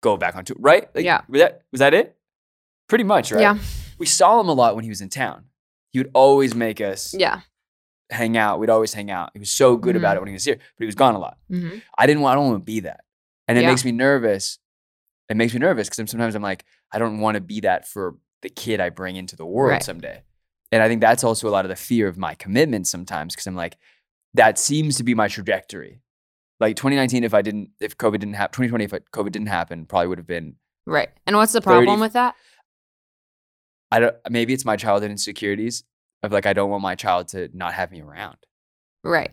A: go back on tour. Right?
B: Yeah.
A: Was that was that it? Pretty much, right?
B: Yeah.
A: We saw him a lot when he was in town. He would always make us
B: Yeah. Mm-hmm.
A: hang out. We'd always hang out. He was so good about it when he was here, but he was gone a lot.
B: Mhm.
A: I didn't want. I don't want to be that, and it
B: Yeah.
A: makes me nervous. It makes me nervous because sometimes I'm like, I don't want to be that for the kid I bring into the world
B: Right.
A: someday. And I think that's also a lot of the fear of my commitment sometimes because I'm like, that seems to be my trajectory. Like 2019, if I didn't, if COVID didn't happen, 2020, if it- COVID didn't happen, probably would have been.
B: Right. And what's the problem
A: 30
B: with that?
A: I don't. Maybe it's my childhood insecurities of like I don't want my child to not have me around.
B: Right.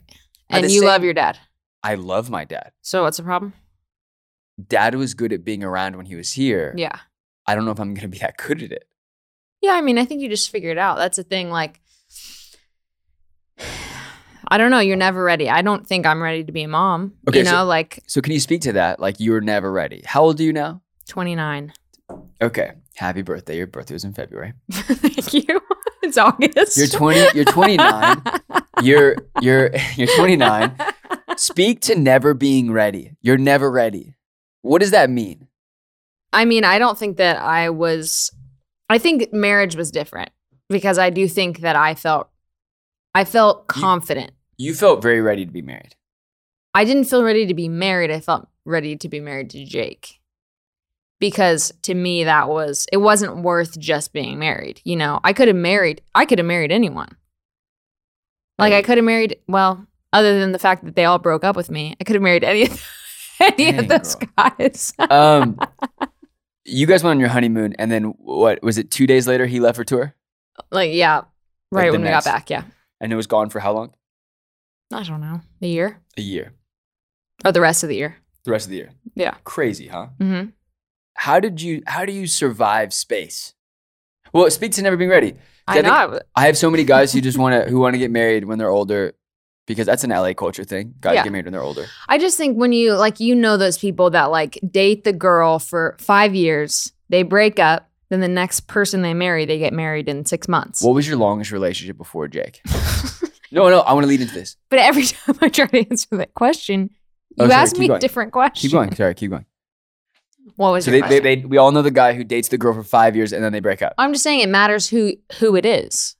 A: At
B: And
A: the
B: you
A: same-
B: love your dad.
A: I love my dad.
B: So what's the problem?
A: Dad was good at being around when he was here.
B: Yeah.
A: I don't know if I'm gonna be that good at it.
B: Yeah, I mean, I think you just figure it out. That's the thing. Like, I don't know. You're never ready. I don't think I'm ready to be a mom.
A: Okay,
B: you know,
A: so-
B: like
A: So can you speak to that? Like you were never ready. How old are you now?
B: 29.
A: Okay. Happy birthday. Your birthday was in February.
B: Thank you. It's August.
A: You're 20 you're 29. You're you're you're 29. Speak to never being ready. You're never ready. What does that mean?
B: I mean, I don't think that I was. I think marriage was different because I do think that I felt, I felt
A: You-
B: confident.
A: You felt very ready to be married.
B: I didn't feel ready to be married. I felt ready to be married to Jake. Because to me that was it wasn't worth just being married, you know. I could have married I could have married anyone. Like I
A: Right.
B: could have married well, other than the fact that they all broke up with me, I could have married any of any
A: Dang,
B: of those guys.
A: Um You guys went on your honeymoon and then what was it 2 days later he left for tour
B: like yeah, right
A: the
B: when we
A: next-
B: got back, yeah.
A: and it was gone for how long?
B: I don't know. The year
A: A year.
B: or the rest of the year.
A: The rest of the year.
B: Yeah.
A: Crazy, huh?
B: Mhm.
A: How did you how do you survive space? Well, speak to never being ready.
B: I,
A: I
B: know.
A: think-
B: I was-
A: I have so many guys who just want to who want to get married when they're older because that's an LA culture thing. Guys
B: Yeah.
A: get married when they're older.
B: I just think when you like you know those people that like date the girl for 5 years, they break up, then the next person they marry, they get married in 6 months.
A: What was your longest relationship before Jake? no, no, I want to lead into this.
B: but every time I try to answer that question,
A: Oh,
B: you
A: sorry,
B: ask
A: keep
B: me
A: going.
B: different questions.
A: Keep going. Sorry, keep going.
B: What was
A: So
B: your
A: they, they,
B: question?
A: they, we all know the guy who dates the girl for five years and then they break up.
B: I'm just saying it matters who who it is.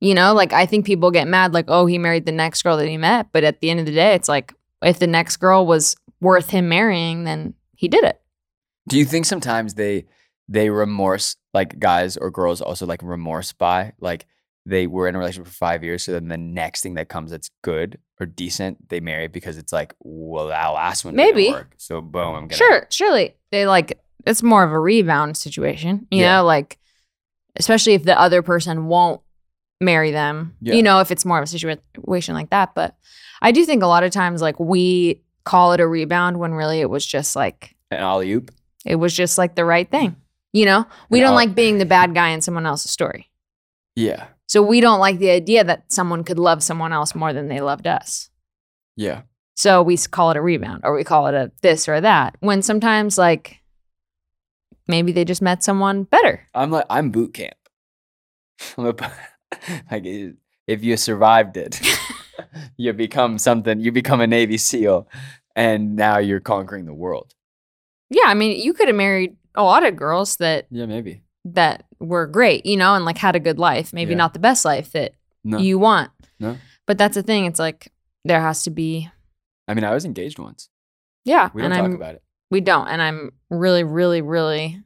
B: You know, like I think people get mad like, "Oh, he married the next girl that he met," but at the end of the day, it's like if the next girl was worth him marrying, then he did it.
A: Do you think sometimes they they remorse like guys or girls also like remorse by like they were in a relationship for five years. So then the next thing that comes that's good or decent, they marry because it's like, well, that last one didn't
B: Maybe.
A: work. So boom, I'm gonna
B: Sure, surely they like it's more of a rebound situation, you
A: Yeah.
B: know, like especially if the other person won't marry them,
A: Yeah.
B: you know, if it's more of a situa- situation like that. But I do think a lot of times like we call it a rebound when really it was just like
A: an alley oop.
B: it was just like the right thing, you know. We don't
A: No.
B: like being the bad guy in someone else's story,
A: Yeah,
B: so we don't like the idea that someone could love someone else more than they loved us.
A: yeah,
B: So we s- call it a rebound or we call it a this or that. When sometimes, like, maybe they just met someone better.
A: I'm like I'm boot camp. I'm a, like i- if you survived it, you become something. You become a Navy SEAL, and now you're conquering the world.
B: Yeah. I mean, you could have married a lot of girls that
A: Yeah, maybe.
B: that were great, you know, and like had a good life, maybe
A: Yeah.
B: not the best life that
A: No,
B: you want.
A: No.
B: But that's the thing. It's like there has to be,
A: I mean I was engaged once.
B: yeah.
A: We don't
B: and
A: talk
B: I'm,
A: about it.
B: we don't. And I'm really, really, really,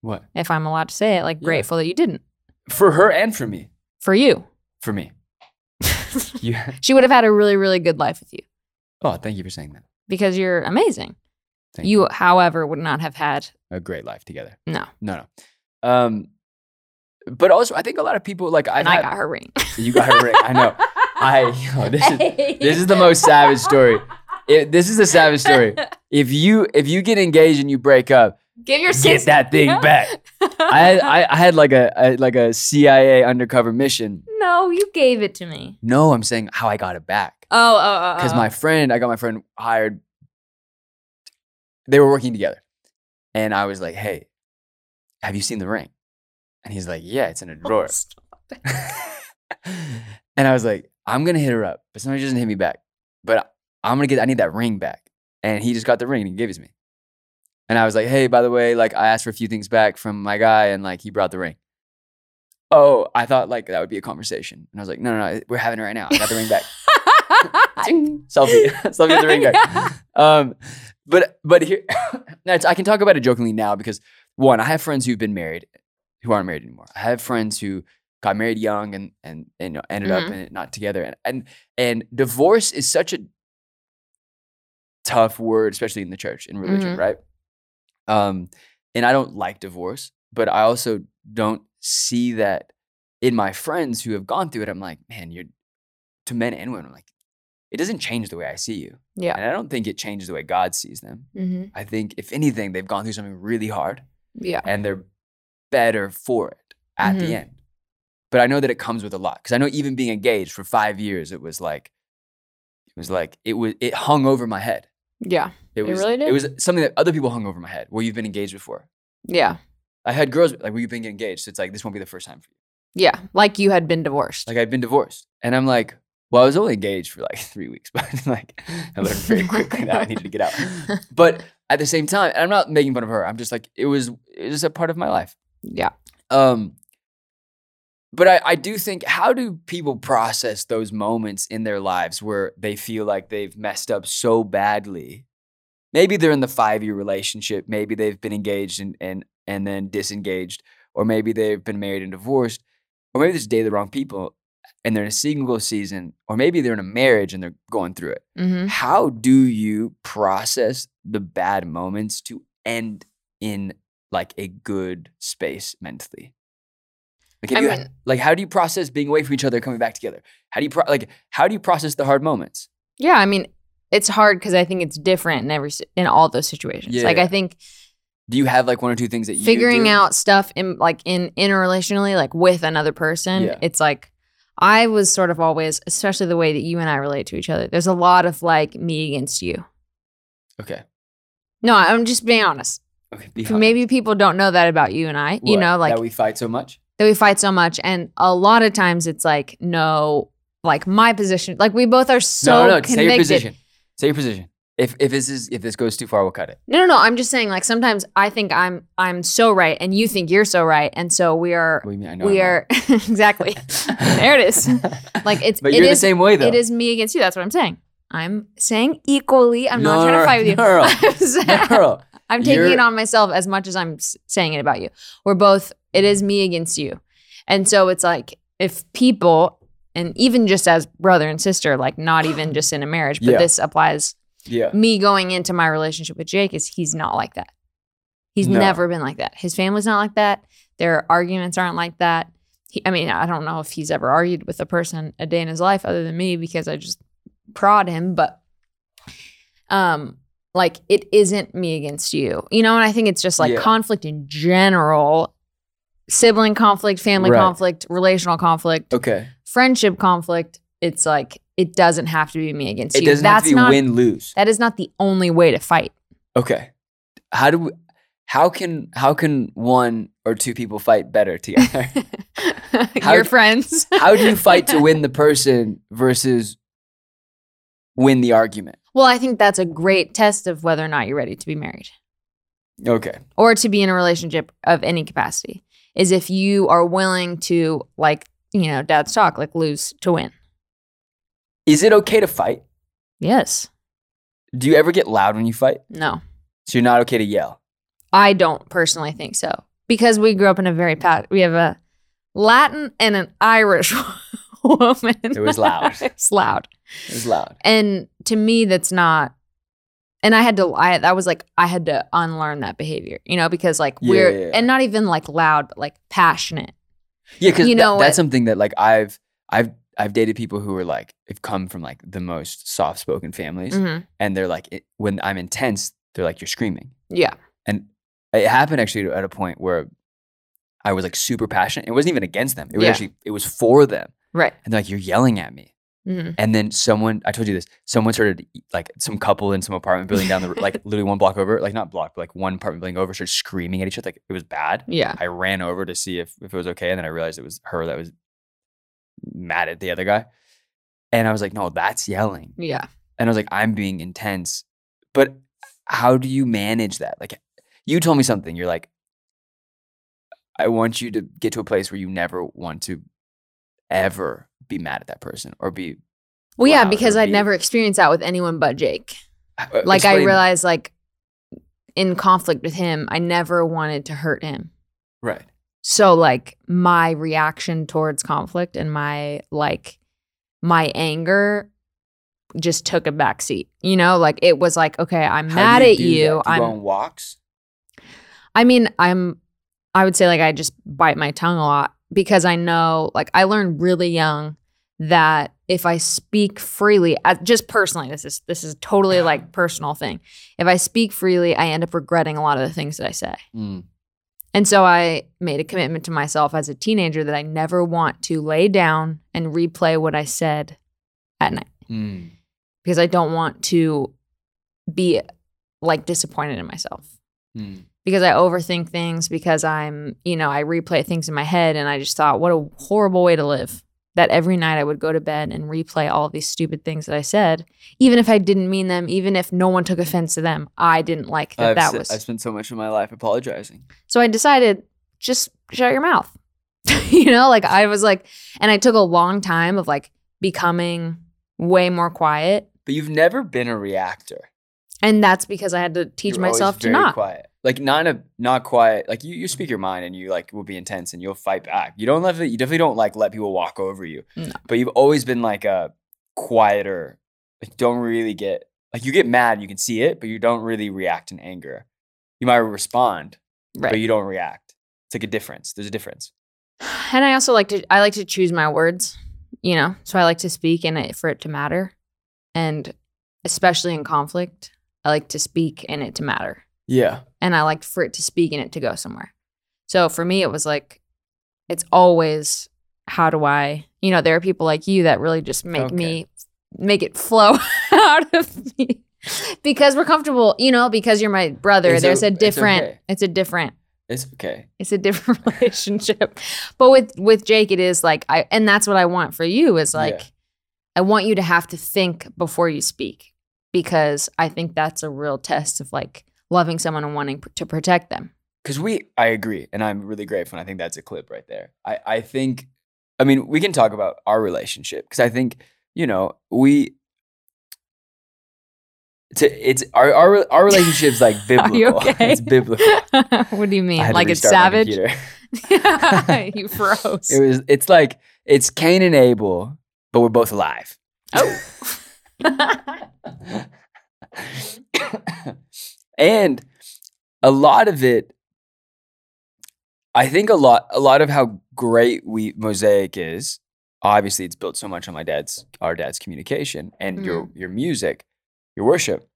A: What
B: if I'm allowed to say it, like
A: Yeah.
B: grateful that you didn't
A: for her and for me?
B: for you.
A: For me. Yeah.
B: she would have had a really, really good life with you
A: Oh, thank you for saying that.
B: because you're amazing.
A: Thank
B: You, however, would not have had
A: a great life together.
B: No.
A: No, no. Um, but also, I think a lot of people like I've
B: and I
A: had-
B: got her ring.
A: You got her ring. I know. I yo, this is this is the most savage story. It, this is a savage story. If you if you get engaged and you break up,
B: Give your
A: get
B: sister.
A: that thing back. I had, I, I had like a, a like a CIA undercover mission.
B: no, you gave it to me.
A: No, I'm saying how I got it back
B: Oh, oh, oh.
A: because
B: oh.
A: my friend, I got my friend hired. They were working together, and I was like, "Hey, have you seen the ring?" And he's like, "Yeah, it's in a drawer." and I was like, I'm gonna hit her up, but somebody doesn't hit me back. But I'm gonna get, I need that ring back. And he just got the ring and he gave it to me. And I was like, hey, by the way, like I asked for a few things back from my guy, and like he brought the ring. Oh, I thought like that would be a conversation, and I was like, no, no, no, we're having it right now. I got the ring back. Selfie, selfie with the ring back. Um, but but here, that's, I can talk about it jokingly now because one, I have friends who've been married, who aren't married anymore. I have friends who got married young and and and you know, ended up
B: Mhm.
A: in it not together. And, and and divorce is such a tough word, especially in the church in religion, right? Um, and I don't like divorce, but I also don't see that in my friends who have gone through it. I'm like, man, you're to men and women. I'm like, it doesn't change the way I see you.
B: Yeah.
A: And I don't think it changes the way God sees them.
B: hmm
A: I think, if anything, they've gone through something really hard
B: Yeah.
A: and they're better for it at
B: Mhm.
A: the end. But I know that it comes with a lot because I know even being engaged for five years, it was like, it was like, it was, it hung over my head.
B: Yeah. It
A: was,
B: really
A: It
B: did?
A: was something that other people hung over my head. Well, you've been engaged before.
B: Yeah.
A: I had girls like, well, you've been engaged. So it's like, this won't be the first time for you.
B: Yeah. Like you had been divorced.
A: Like, I've been divorced. And I'm like, well, I was only engaged for like three weeks, but like, I learned very quickly that I needed to get out. But at the same time, and I'm not making fun of her. I'm just like, it was, it was a part of my life.
B: yeah.
A: Um, but I, I do think how do people process those moments in their lives where they feel like they've messed up so badly? Maybe they're in the five year relationship, maybe they've been engaged and, and and then disengaged, or maybe they've been married and divorced, or maybe they just dated the wrong people and they're in a single season, or maybe they're in a marriage and they're going through it.
B: hmm
A: How do you process the bad moments to end in like a good space mentally? Like, if
B: I
A: you-
B: mean,
A: like how do you process being away from each other, coming back together? How do you pro- like how do you process the hard moments?
B: Yeah, I mean, it's hard because I think it's different in every si- in all those situations. Like
A: Yeah.
B: I think
A: Do you have like one or two things that you
B: figuring
A: do?
B: out stuff in like in interrelationally, like with another person,
A: Yeah.
B: it's like I was sort of always, especially the way that you and I relate to each other. There's a lot of like me against you.
A: Okay,
B: No, I'm just being honest.
A: okay. Be honest.
B: Maybe people don't know that about you and I. You
A: What?
B: know, like
A: that we fight so much.
B: that we fight so much, and a lot of times it's like no, like my position. Like we both are so
A: no, no, no.
B: convicted.
A: Say your position. Say your position. If if this is if this goes too far, we'll cut it.
B: No, no, no. I'm just saying, like sometimes I think I'm I'm so right, and you think you're so right, and so we are
A: What do you mean? I know.
B: we
A: I'm
B: are exactly
A: right.
B: there. It is like it's
A: But
B: it
A: you're the
B: is-
A: same way though.
B: it is me against you. That's what I'm saying. I'm saying equally. I'm
A: No,
B: not trying
A: no,
B: to fight with you.
A: no, no.
B: I'm, saying-
A: Girl,
B: I'm taking it
A: You're-
B: on myself as much as I'm s- saying it about you. We're both. It is me against you, and so it's like if people and even just as brother and sister, like not even just in a marriage, but
A: Yeah.
B: this applies
A: Yeah.
B: me going into my relationship with Jake is he's not like that. He's
A: No.
B: never been like that. His family's not like that. Their arguments aren't like that. He, I mean, I don't know if he's ever argued with a person a day in his life other than me because I just prod him, but um like it isn't me against you. You know, and I think it's just like
A: Yeah.
B: conflict in general, sibling conflict, family
A: Right.
B: conflict, relational conflict
A: Okay.
B: friendship conflict, it's like it doesn't have to be me against
A: It
B: you.
A: doesn't have to be
B: not
A: win lose.
B: that is not the only way to fight.
A: Okay. How do we, how can how can one or two people fight better together? How
B: Your
A: d-
B: friends.
A: how do you fight to win the person versus win the argument?
B: well, I think that's a great test of whether or not you're ready to be married
A: Okay.
B: or to be in a relationship of any capacity. Is if you are willing to like, you know, dad's talk, like lose to win.
A: Is it okay to fight?
B: Yes.
A: Do you ever get loud when you fight?
B: No.
A: So you're not okay to yell.
B: I don't personally think so because we grew up in a very pat. We have a Latin and an Irish woman.
A: It was loud.
B: it's loud,
A: It's loud.
B: and to me, that's not. And I had to. I that was like I had to unlearn that behavior, you know, because like
A: Yeah,
B: we're
A: yeah, yeah.
B: and not even like loud, but like passionate.
A: Yeah, because
B: You know what?
A: that's something that like I've I've I've dated people who are like have come from like the most soft spoken families,
B: Mhm.
A: and they're like it, when I'm intense, they're like you're screaming.
B: Yeah,
A: And it happened actually at a point where I was like super passionate. It wasn't even against them. It was
B: Yeah.
A: actually it was for them.
B: right.
A: And they're like, "You're yelling at me."
B: hmm
A: And then someone, I told you this. Someone started like some couple in some apartment building down the r- like literally one block over, like not block, but like one apartment building over, started screaming at each other. Like it was bad.
B: Yeah,
A: I ran over to see if if it was okay, and then I realized it was her that was mad at the other guy. And I was like, "No, that's yelling."
B: yeah.
A: and I was like, I'm being intense. But how do you manage that? Like, you told me something. You're like, I want you to get to a place where you never want to ever be mad at that person or be
B: Well, yeah,
A: Loud
B: because
A: or
B: I'd
A: be-
B: never experienced that with anyone but Jake.
A: uh,
B: Like I
A: explain-
B: realized, like in conflict with him, I never wanted to hurt him.
A: Right.
B: So like my reaction towards conflict and my like my anger just took a back seat. You know, like it was like, okay, I'm
A: How do
B: mad at
A: do
B: you.
A: that? Do
B: I'm
A: go on walks.
B: I mean, I'm I would say like I just bite my tongue a lot because I know like I learned really young that if I speak freely, I- just personally, this is this is totally like personal thing. If I speak freely, I end up regretting a lot of the things that I say.
A: Mm.
B: And so I made a commitment to myself as a teenager that I never want to lay down and replay what I said at night
A: Mm.
B: because I don't want to be like disappointed in myself
A: Mm.
B: because I overthink things because I'm, you know, I replay things in my head and I just thought what a horrible way to live that every night I would go to bed and replay all these stupid things that I said even if I didn't mean them, even if no one took offense to them. I didn't like that
A: I've,
B: that
A: se-
B: was
A: I've spent so much of my life apologizing.
B: so I decided just shut your mouth. you know, like I was like, and I took a long time of like becoming way more quiet.
A: But you've never been a reactor.
B: And that's because I had to teach
A: You're always
B: myself to
A: very
B: not.
A: quiet. Like not a not quiet. Like you, you speak your mind and you like will be intense and you'll fight back. You don't let you definitely don't like let people walk over you.
B: No.
A: But you've always been like a quieter. Like don't really get like you get mad, you can see it, but you don't really react in anger. You might respond, but
B: Right.
A: you don't react. It's like a difference. There's a difference.
B: And I also like to, I like to choose my words, you know, so I like to speak and it, for it to matter. And especially in conflict, I like to speak and it to matter.
A: Yeah.
B: and I like for it to speak and it to go somewhere. So for me, it was like, it's always how do I, you know, there are people like you that really just make
A: Okay.
B: me make it flow out of me because we're comfortable, you know, because you're my brother.
A: It's
B: There's
A: o-
B: a
A: it's
B: different,
A: okay.
B: it's a different
A: It's okay.
B: it's a different relationship but with with jake it is like i and that's what i want for you is like
A: Yeah.
B: i want you to have to think before you speak because i think that's a real test of like loving someone and wanting p- to protect them
A: Cause we, I agree, and I'm really grateful. And I think that's a clip right there. I, I think, I mean, we can talk about our relationship because I think, you know, we, it's, it's our our our relationship's like biblical.
B: you okay?
A: it's biblical.
B: what do you mean
A: I had to
B: like it's
A: restart my
B: savage
A: computer.
B: you froze
A: It was. It's like It's Cain and Abel, but we're both alive. and a lot of it I think a lot a lot of how great we Mosaic is, obviously it's built so much on my dad's our dad's communication and your your music, your worship.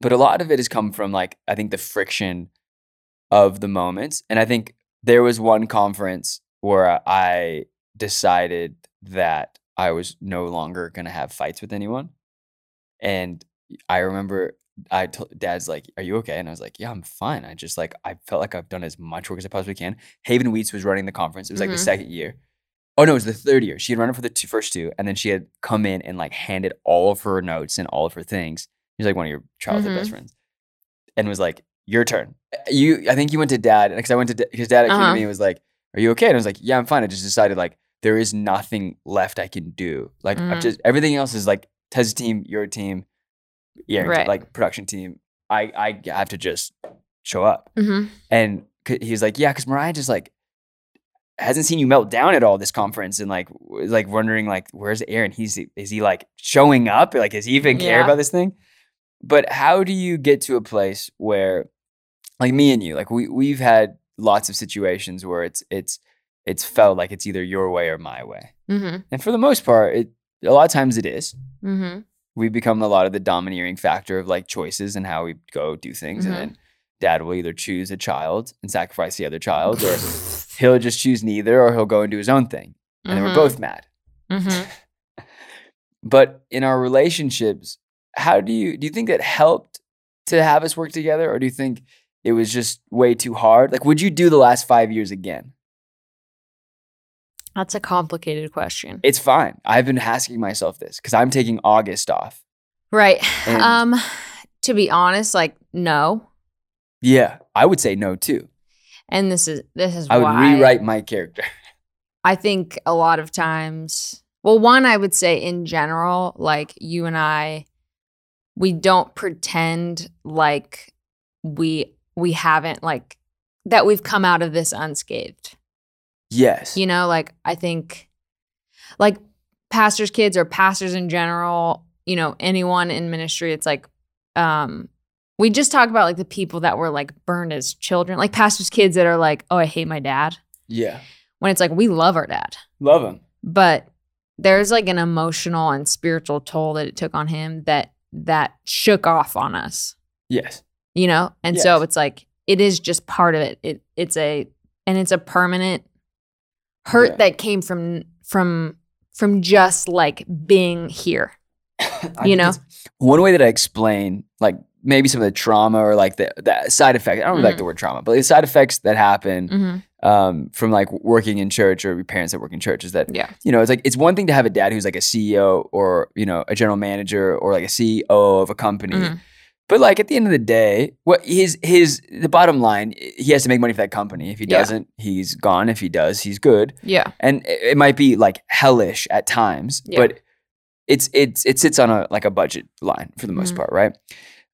A: But a lot of it has come from like I think the friction of the moments. And I think there was one conference where I decided that I was no longer going to have fights with anyone. And I remember I told dad's like, Are you okay? And I was like, Yeah, I'm fine. I just like, I felt like I've done as much work as I possibly can. Haven Wheats was running the conference. It was like
B: Mhm.
A: the second year. Oh, no, it was the third year. She had run it for the two, first two. And then she had come in and like handed all of her notes and all of her things. She's like one of your childhood
B: Mhm.
A: best friends. And was like, Your turn. You, I think you went to dad. Because I went to, because dad came
B: Uh-huh.
A: to me and was like, Are you okay? And I was like, Yeah, I'm fine. I just decided like, there is nothing left I can do. Like
B: Mhm.
A: I've just everything else is like Tez's team, your team, yeah, your t-
B: Right.
A: like production team. I I have to just show up.
B: Mhm.
A: And c- he was like, yeah, because Mariah just like hasn't seen you melt down at all this conference, and like w- is, like wondering like where's Aaron? He's is he like showing up? Like does he even care
B: Yeah.
A: about this thing? But how do you get to a place where, like me and you, like we we've had lots of situations where it's it's it's felt like it's either your way or my way.
B: Mhm.
A: And for the most part, it a lot of times it is.
B: Mhm.
A: We become a lot of the domineering factor of like choices and how we go do things.
B: Mhm.
A: And then dad will either choose a child and sacrifice the other child, or he'll just choose neither, or he'll go and do his own thing. And then we're
B: Mhm.
A: both mad.
B: Mhm.
A: But in our relationships, how do you do you think that helped to have us work together? Or do you think it was just way too hard? Like, would you do the last five years again?
B: That's a complicated question.
A: It's fine. I've been asking myself this because I'm taking August off.
B: Right.
A: And-
B: Um to be honest, like no.
A: Yeah, I would say no too.
B: And this is this is
A: I would
B: why
A: rewrite my character.
B: I think a lot of times, well, one, I would say in general, like you and I, we don't pretend like we we haven't like that we've come out of this unscathed.
A: Yes.
B: You know, like I think like pastors' kids or pastors in general, you know, anyone in ministry, it's like um we just talk about like the people that were like burned as children, like pastors' kids that are like, "Oh, I hate my dad."
A: yeah.
B: When it's like we love our dad
A: Love him.
B: but there's like an emotional and spiritual toll that it took on him that that shook off on us
A: Yes.
B: you know and so
A: Yes.
B: it's like it is just part of it it it's a and it's a permanent hurt
A: Yeah.
B: that came from from from just like being here
A: I
B: You
A: think
B: know?
A: it's- one way that I explain like maybe some of the trauma or like the, the side effects. I don't really like
B: Mhm.
A: the word trauma, but the side effects that happen
B: mm-hmm.
A: um, from like working in church or your parents that work in church is that
B: Mm-hmm. yeah
A: you know it's like it's one thing to have a dad who's like a CEO or you know a general manager or like a CEO of a company.
B: Mhm.
A: But like at the end of the day, what his his the bottom line, he has to make money for that company. If he
B: Yeah.
A: doesn't, he's gone. If he does, he's good.
B: yeah
A: and it it might be like hellish at times,
B: Yeah.
A: but it's it's it sits on a like a budget line for the most
B: Mhm.
A: part, right?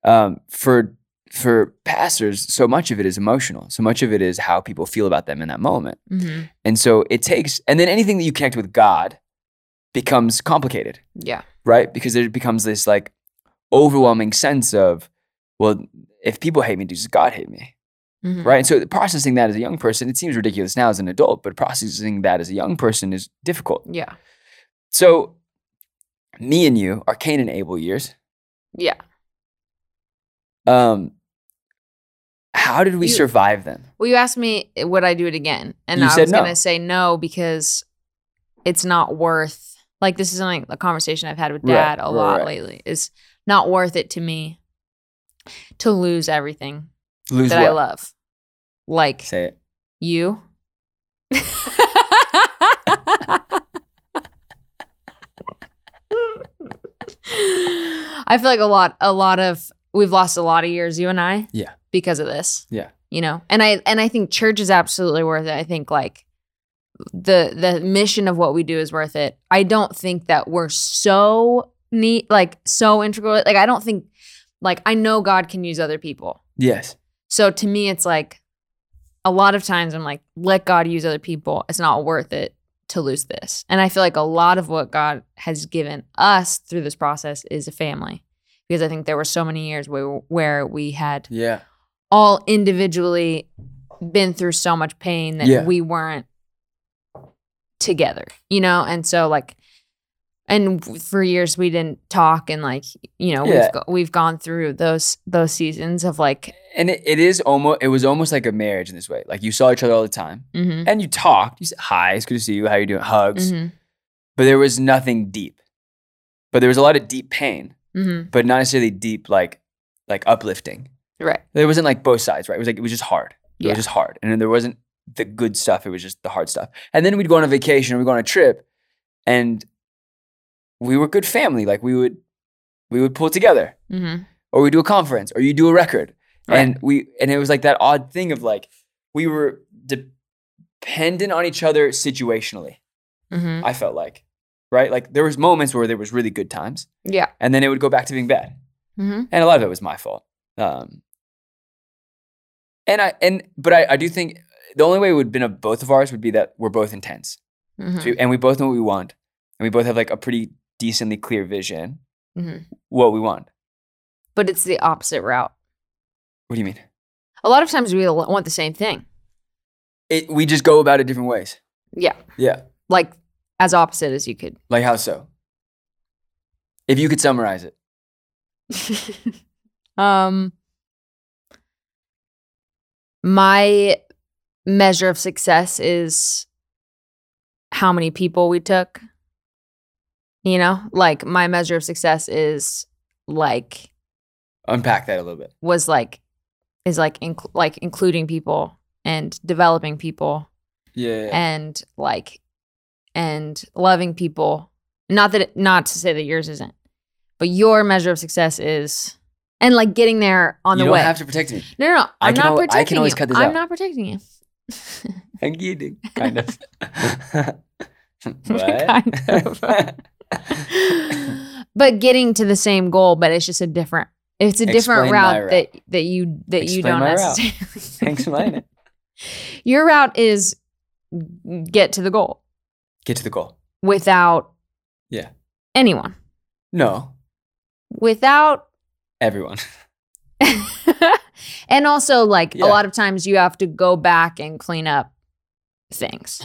A: Um, for for pastors, so much of it is emotional. So much of it is how people feel about them in that moment,
B: hmm
A: and so it takes. And then anything that you connect with God becomes complicated,
B: yeah
A: right? Because there becomes this like overwhelming sense of, well, if people hate me, does God hate me?
B: Mhm.
A: right? And so processing that as a young person, it seems ridiculous now as an adult, but processing that as a young person is difficult.
B: yeah
A: So me and you are Cain and Abel years.
B: yeah
A: Um, how did we
B: You-
A: survive them?
B: Well, you asked me eh, would I do it again, and
A: You
B: I
A: said
B: was
A: no.
B: gonna say no because it's not worth. Like this is like a conversation I've had with
A: Right,
B: Dad a
A: right,
B: lot
A: right.
B: lately. Is not worth it to me to lose everything
A: Lose
B: that
A: what?
B: I love, like
A: Say it.
B: you. I feel like a lot, a lot of we've lost a lot of years, you and I.
A: Yeah.
B: Because of this.
A: Yeah.
B: You know, and I and I think church is absolutely worth it. I think like the the mission of what we do is worth it. I don't think that we're so neat, like so integral. Like I don't think, like I know God can use other people.
A: Yes.
B: So to me, it's like a lot of times I'm like, let God use other people. It's not worth it to lose this. And I feel like a lot of what God has given us through this process is a family. Because I think there were so many years where, where we had
A: Yeah.
B: all individually been through so much pain that
A: Yeah.
B: we weren't together, you know? And so like and for years we didn't talk and like, you know,
A: Yeah.
B: we've go- we've gone through those those seasons of like
A: And it, it is almost it was almost like a marriage in this way. Like you saw each other all the time
B: mhm,
A: and you talked. You said hi, it's good to see you. How you doing? Hugs.
B: mhm,
A: But there was nothing deep. But there was a lot of deep pain,
B: mhm.
A: but not necessarily deep like like uplifting.
B: right.
A: There wasn't like both sides, right? It was like it was just hard. It
B: Yeah.
A: was just hard. And then there wasn't the good stuff, it was just the hard stuff. And then we'd go on a vacation or we'd go on a trip and we were good family. Like we would we would pull together.
B: Mhm.
A: or we do a conference or you do a record
B: Right.
A: and we and it was like that odd thing of like we were dependent on each other situationally
B: Mhm.
A: i felt like right like there was moments where there was really good times
B: Yeah.
A: and then it would go back to being bad
B: Mhm.
A: and a lot of it was my fault um and i and but i i do think the only way it would have been of both of ours would be that we're both intense
B: Mhm.
A: So we- and we both know what we want and we both have like a pretty decently clear vision
B: Mhm.
A: what we want
B: But it's the opposite route.
A: what do you mean
B: A lot of times we l- want the same thing.
A: it, we just go about it different ways
B: Yeah.
A: yeah
B: Like as opposite as you could.
A: Like how so? If you could summarize it.
B: um my measure of success is how many people we took you know like my measure of success is like
A: Unpack that a little bit.
B: was like is like inc- like including people and developing people
A: Yeah.
B: and like and loving people not that it, not to say that yours isn't but your measure of success is and like getting there on
A: you
B: the
A: don't
B: way
A: have to protect me.
B: no no, no i'm
A: I can
B: not
A: al- I can
B: protecting
A: always
B: you
A: cut this
B: i'm
A: out.
B: not protecting you
A: I'm kidding. Kind of.
B: Kind but getting to the same goal but it's just a different it's a different
A: Explain my
B: route, that that you that you
A: Explain
B: don't
A: my route.
B: necessarily
A: Explain it.
B: your route is get to the goal
A: Get to the goal.
B: without
A: Yeah.
B: anyone
A: No,
B: without
A: everyone.
B: and also like
A: Yeah.
B: a lot of times you have to go back and clean up things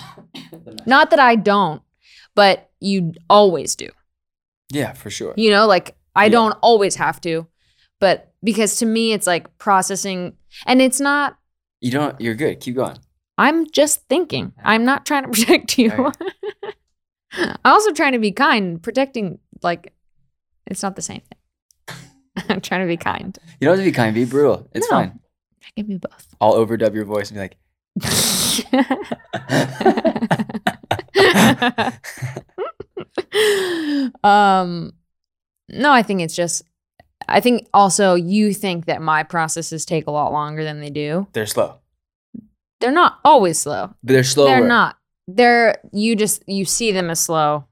B: not that i don't but you always do
A: Yeah, for sure.
B: you know like i
A: Yeah.
B: don't always have to but because to me it's like processing and it's not
A: You don't. You're good. Keep going.
B: i'm just thinking i'm not trying to protect you
A: Okay.
B: i'm also trying to be kind protecting like it's not the same thing i'm trying to be kind
A: You don't have to be kind. Be brutal. It's
B: No.
A: fine.
B: i can be both
A: I'll overdub your voice and be like.
B: um no i think it's just i think also you think that my processes take a lot longer than they do
A: they're slow,
B: they're not always slow
A: but they're slower.
B: they're not they're you just you see them as slow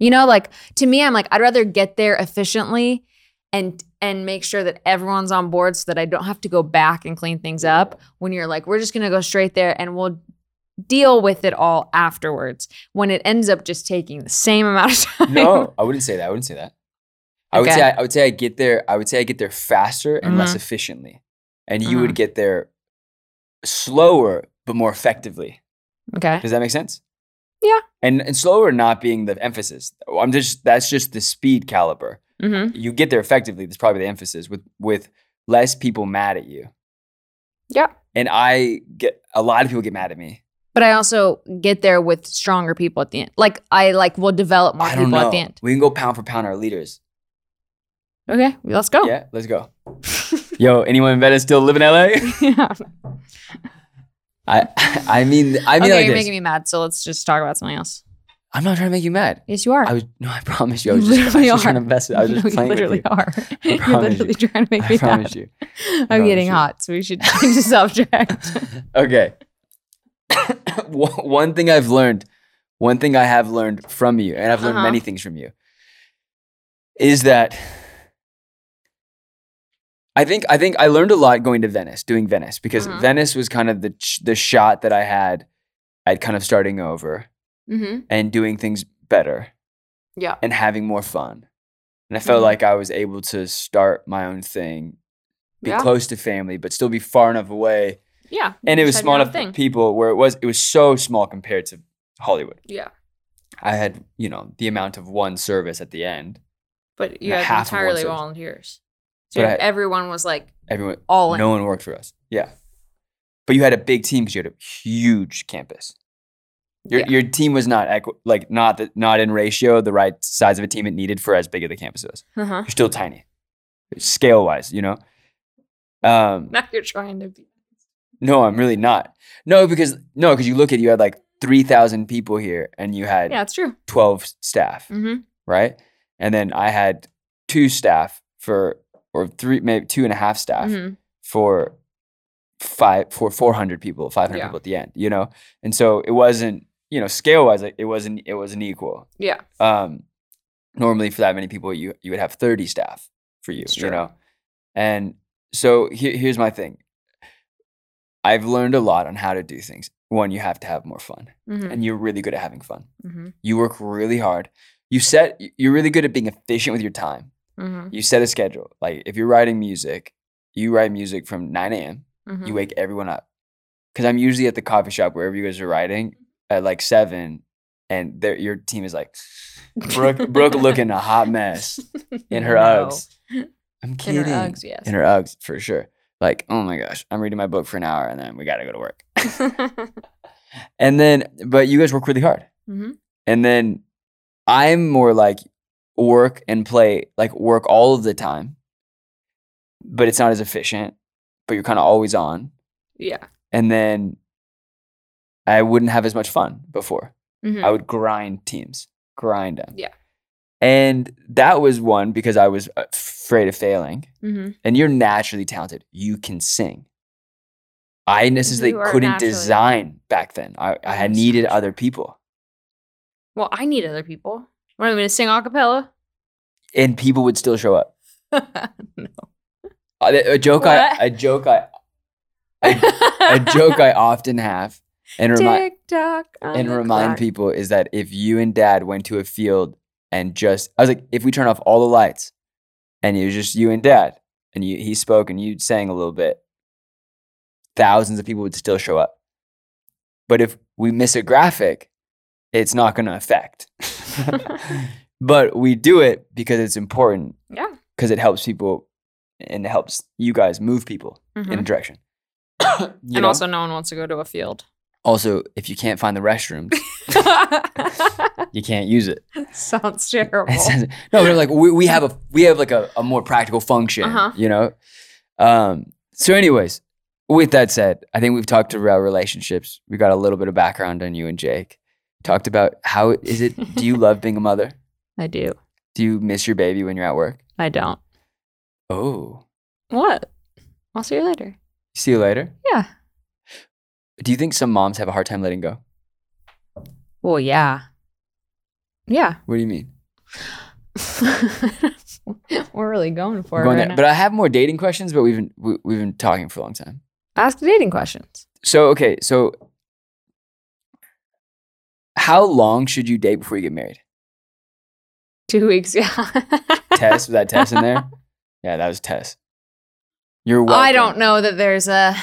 B: you know like to me i'm like i'd rather get there efficiently and and make sure that everyone's on board so that i don't have to go back and clean things up when you're like we're just going to go straight there and we'll deal with it all afterwards when it ends up just taking the same amount of time
A: No, I wouldn't say that. I wouldn't say that. I would
B: Okay. Mm-hmm.
A: say I, I would say I get there. I would say I get there faster and less efficiently, and you would get there slower but more effectively.
B: okay
A: Does that make sense?
B: Yeah.
A: And and slower not being the emphasis. I'm just that's just the speed caliber.
B: mm-hmm.
A: You get there effectively. That's probably the emphasis with with less people mad at you.
B: yeah
A: And I get a lot of people get mad at me.
B: but i also get there with stronger people at the end like i like will develop more
A: I don't
B: people
A: know.
B: at the end
A: We can go pound for pound our leaders.
B: okay let's go
A: Yeah, let's go. Yo, anyone in Venice still live in LA?
B: yeah.
A: I I mean I mean
B: okay,
A: like
B: you're
A: this.
B: making me mad. So let's just talk about something else.
A: I'm not trying to make you mad.
B: Yes, you are.
A: I was no, I promise you. I was
B: You
A: just, I was
B: literally
A: just trying to
B: are.
A: mess it. I was
B: No,
A: just
B: you
A: playing with
B: literally
A: you.
B: are. You're
A: promise
B: literally
A: you.
B: trying to make
A: I
B: me
A: promise
B: mad.
A: you.
B: I'm
A: promise
B: getting
A: you.
B: hot, so we should change the subject.
A: Okay. one one thing I've learned, one thing I have learned from you, and I've learned
B: Uh-huh.
A: many things from you, is that I think I think I learned a lot going to Venice, doing Venice, because
B: Mhm.
A: Venice was kind of the ch- the shot that I had at kind of starting over.
B: Mm-hmm.
A: and doing things better
B: Yeah.
A: and having more fun. And I felt
B: Mhm.
A: like I was able to start my own thing, be
B: Yeah.
A: close to family, but still be far enough away.
B: Yeah.
A: And it
B: you
A: was
B: said
A: small
B: your own
A: enough people where it was it was so small compared to Hollywood.
B: Yeah.
A: I had, you know, the amount of one service at the end.
B: But you
A: And a
B: had
A: half of one
B: entirely
A: service.
B: volunteers. So
A: But I-
B: everyone was like
A: Everyone
B: all in.
A: no one worked for us. Yeah. But you had a big team because you had a huge campus. Your,
B: Yeah.
A: your team was not equi- like not the, not in ratio the right size of a team it needed for as big of the campus was.
B: Uh-huh.
A: You're still tiny, scale wise, you know. Um,
B: Now you're trying to be.
A: no, I'm really not. No, because no, because you look at you had like three thousand people here, and you had
B: Yeah, it's true.
A: twelve staff,
B: Mm-hmm.
A: right? And then I had two staff for or three, maybe two and a half staff
B: hmm
A: for five for 400 people 500
B: Yeah.
A: people at the end you know and so it wasn't you know scale wise it wasn't it wasn't equal
B: Yeah.
A: um normally for that many people you you would have 30 staff for you
B: It's
A: you
B: true.
A: know and so here, here's my thing i've learned a lot on how to do things one you have to have more fun
B: Mm-hmm.
A: and you're really good at having fun
B: Mm-hmm.
A: you work really hard you set you're really good at being efficient with your time
B: Mm-hmm.
A: you set a schedule like if you're writing music you write music from 9 a.m
B: Mm-hmm.
A: you wake everyone up because i'm usually at the coffee shop wherever you guys are riding at like seven and their- your team is like brooke brooke looking a hot mess in her uggs i'm
B: In
A: kidding
B: her Uggs, yes.
A: in her uggs for sure like oh my gosh i'm reading my book for an hour and then we gotta go to work and then but you guys work really hard
B: mm-hmm.
A: and then i'm more like work and play like work all of the time but it's not as efficient but you're kind of always on
B: Yeah.
A: and then I wouldn't have as much fun before.
B: Mm-hmm.
A: I would grind teams, grind them.
B: Yeah.
A: And that was one because I was uh, afraid of failing.
B: mm-hmm.
A: And you're naturally talented. You can sing. I necessarily
B: You are
A: couldn't
B: naturally-
A: design back then. I, I had
B: Yes,
A: needed
B: gotcha.
A: other people.
B: Well, I need other people. What am I going to sing a cappella?
A: And people would still show up.
B: no.
A: Uh, A a joke I
B: What?
A: a joke I a joke I often have and remind
B: TikTok on
A: and
B: the
A: remind
B: clock.
A: people is that if you and dad went to a field and just I was like, if we turn off all the lights and it was just you and dad and you he spoke and you sang a little bit, thousands of people would still show up. But if we miss a graphic, it's not gonna affect. but we do it because it's important,
B: Yeah.
A: because it helps people and it helps you guys move people
B: Mhm.
A: in a direction. You
B: and
A: know?
B: also, no one wants to go to a field.
A: also if you can't find the restrooms, you can't use it.
B: Sounds terrible.
A: It sounds- no, but like we, we have a we have like a, a more practical function,
B: Uh-huh.
A: you know. Um. So, anyways, with that said, I think we've talked about relationships. We got a little bit of background on you and Jake. Talked about how is it? Do you love being a mother?
B: I do.
A: Do you miss your baby when you're at work?
B: I don't.
A: Oh,
B: What? I'll see you later.
A: see you later.
B: Yeah.
A: Do you think some moms have a hard time letting go?
B: Well, yeah. Yeah.
A: What do you mean?
B: We're really going
A: We're
B: for it.
A: going
B: right
A: there-
B: now.
A: But I have more dating questions. But we've been we, we've been talking for a long time.
B: Ask dating questions.
A: So okay, so how long should you date before you get married?
B: Two weeks. Yeah.
A: Tess, was that Tess in there? Yeah, that was Tess. You're welcome.
B: I don't know that there's a.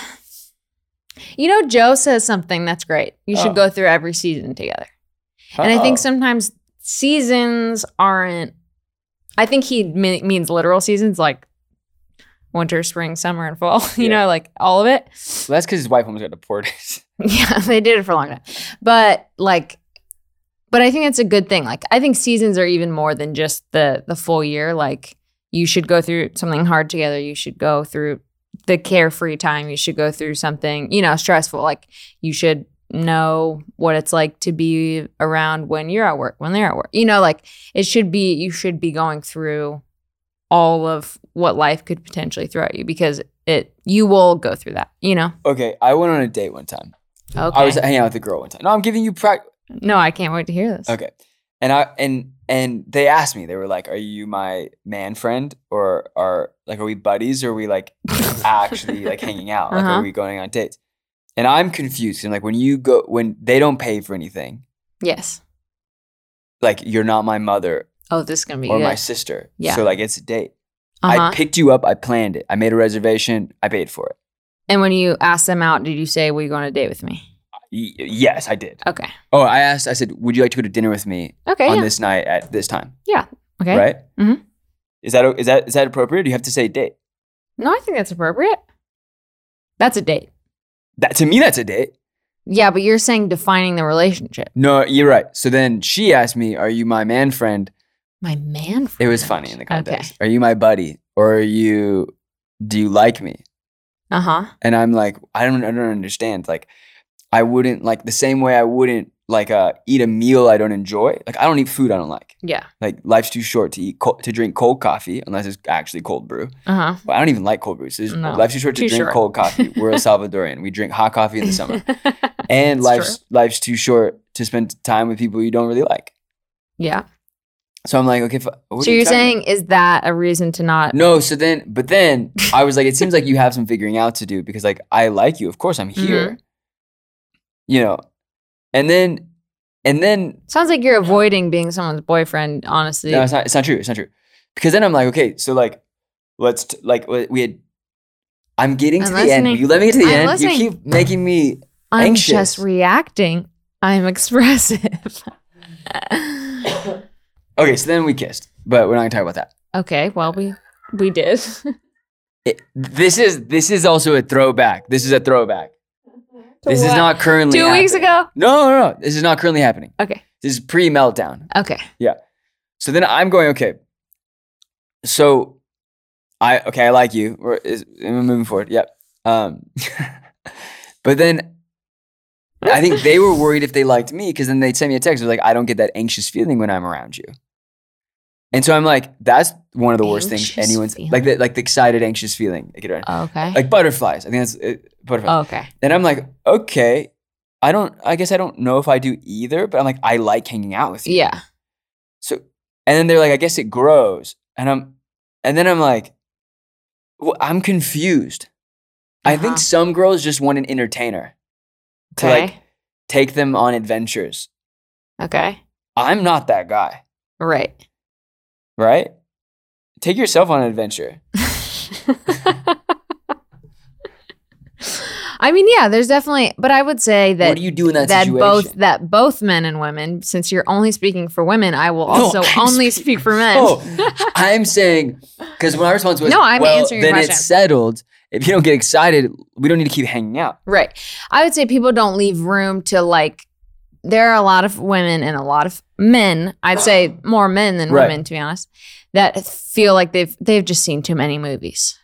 B: You know, Joe says something that's great. You should
A: Oh.
B: go through every season together. And I think
A: Uh-oh.
B: sometimes seasons aren't. I think he me- means literal seasons like winter, spring, summer, and fall. You
A: Yeah.
B: know, like all of it.
A: Well, that's because his wife almost got deported.
B: Yeah, they did it for a long time. But like but I think that's a good thing. Like I think seasons are even more than just the the full year. Like you should go through something hard together. You should go through the carefree time. You should go through something, you know, stressful. Like you should know what it's like to be around when you're at work, when they're at work. You know, like it should be you should be going through all of what life could potentially throw at you because it you will go through that, you know.
A: okay, I went on a date one time.
B: Okay.
A: I was hanging out with a girl one time. No, I'm giving you practice.
B: No, I can't wait to hear this.
A: Okay, and I and and they asked me. They were like, "Are you my man friend, or are like are we buddies, or are we like actually like hanging out? Like,
B: Uh-huh.
A: are we going on dates?" And I'm confused. And like, when you go, when they don't pay for anything,
B: Yes.
A: Like you're not my mother
B: Oh, this is gonna be
A: or
B: good.
A: my sister.
B: Yeah.
A: So like it's a date.
B: uh-huh.
A: I picked you up. I planned it. I made a reservation. I paid for it.
B: and when you asked them out, did you say, "Will you go on a date with me?"
A: Y- yes, I did.
B: Okay.
A: Oh, I asked. I said, "Would you like to go to dinner with me
B: Okay.
A: on
B: yeah.
A: this night at this time?"
B: okay.
A: Right.
B: Mhm.
A: Is that is that is that appropriate? Do you have to say date?
B: No, I think that's appropriate. That's a date.
A: That to me, that's a date.
B: Yeah, but you're saying defining the relationship.
A: No, you're right. So then she asked me, "Are you my man friend?"
B: My man.
A: It was funny in the context. Are you my buddy, or are you? Do you like me?
B: Uh huh.
A: And I'm like, I don't, I don't understand. Like, I wouldn't like the same way I wouldn't like uh, eat a meal I don't enjoy. Like, I don't eat food I don't like.
B: Yeah.
A: Like, life's too short to eat co- to drink cold coffee unless it's actually cold brew.
B: Uh huh.
A: But I don't even like cold brew. So it's-
B: No,
A: life's too short to
B: too
A: drink
B: short.
A: cold coffee. We're a Salvadorian. We drink hot coffee in the summer. And
B: It's
A: life's life's too short to spend time with people you don't really like.
B: yeah.
A: So I'm like, okay. F- what
B: So
A: are you
B: you're
A: talking about?
B: saying is that a reason to not?
A: No, so then, but then I was like, it seems like you have some figuring out to do because, like, I like you. Of course, I'm
B: Mm-hmm.
A: here. You know, and then, and then,
B: Sounds like you're avoiding being someone's boyfriend. Honestly.
A: no, it's not. It's not true. It's not true. Because then I'm like, okay, so like, let's t- like we we had. I'm getting to
B: I'm
A: the
B: listening.
A: end. You let me get to the
B: I'm
A: end.
B: listening.
A: You keep making me.
B: I'm
A: anxious.
B: just reacting. I'm expressive.
A: Okay, so then we kissed, but we're not gonna talk about that.
B: okay. Well, we we did.
A: It, this is this is also a throwback. This is a throwback. This is
B: what?
A: not currently
B: Two weeks
A: happening.
B: ago.
A: No, no, no. This is not currently happening.
B: Okay.
A: This is pre meltdown.
B: Okay.
A: So then I'm going, okay. So I okay, I like you. We're is, we're moving forward. Yep. Um, but then I think they were worried if they liked me because then they'd send me a text. They're like, I don't get that anxious feeling when I'm around you. And so I'm like, that's one of the worst things
B: Anxious
A: anyone's
B: feeling.
A: like the like the excited anxious feeling. Like, you know,
B: Okay.
A: like butterflies. I think that's uh, butterflies.
B: okay.
A: And I'm like, okay, I don't. I guess I don't know if I do either. But I'm like, I like hanging out with you.
B: Yeah.
A: So, and then they're like, I guess it grows. And I'm, and then I'm like, well, I'm confused. I
B: Uh-huh.
A: think some girls just want an entertainer to
B: Okay.
A: like take them on adventures.
B: okay.
A: I'm not that guy,
B: Right.
A: right? Take yourself on an adventure.
B: I mean, yeah, there's definitely, but I would say
A: what
B: that
A: do you do in that,
B: that
A: situation?
B: both that both men and women, since you're only speaking for women, I will also
A: I'm
B: only
A: speak-
B: speak for men.
A: Oh, I'm saying because my response was
B: No, I'm
A: well,
B: answering your
A: then
B: question.
A: it's settled. If you don't get excited, we don't need to keep hanging out.
B: Right. I would say people don't leave room to like there are a lot of women and a lot of men, I'd say more men than
A: Right.
B: women to be honest, that feel like they've they've just seen too many movies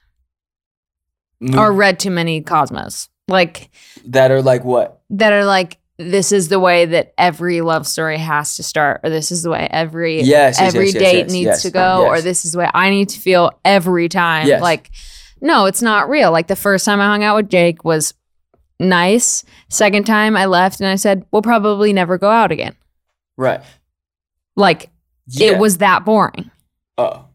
A: Mm.
B: or read too many cosmos. Like
A: that are like what?
B: that are like this is the way that every love story has to start or this is the way every
A: Yes, yes,
B: every
A: yes, yes,
B: date
A: yes,
B: needs
A: yes,
B: to go or
A: yes.
B: this is the way I need to feel every time.
A: Yes.
B: Like no, it's not real. Like the first time I hung out with Jake was nice. Second time I left and I said, "We'll probably never go out again."
A: Right.
B: Like
A: Yeah.
B: it was that boring.
A: Oh.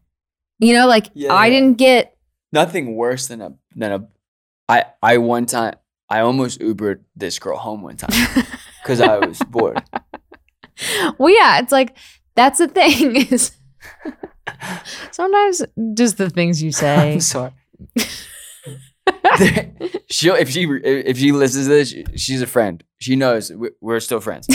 B: You know, like
A: Yeah,
B: I
A: yeah.
B: didn't get
A: nothing worse than a than a I I one time I almost Ubered this girl home one time because I was bored.
B: Well, yeah, it's like that's the thing is sometimes just the things you say.
A: I'm sorry. She'll if she if she listens to this, she's a friend. She knows we- we're still friends.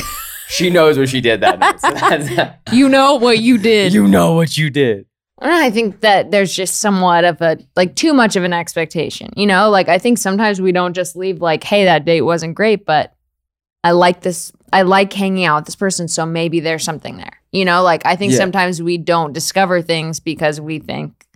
A: She knows what she did that night. So that's-
B: You know what you did.
A: you know what you did.
B: I think that there's just somewhat of a like too much of an expectation. You know, like I think sometimes we don't just leave like, hey, that date wasn't great, but I like this. I like hanging out with this person, so maybe there's something there. You know, like I think
A: Yeah.
B: sometimes we don't discover things because we think,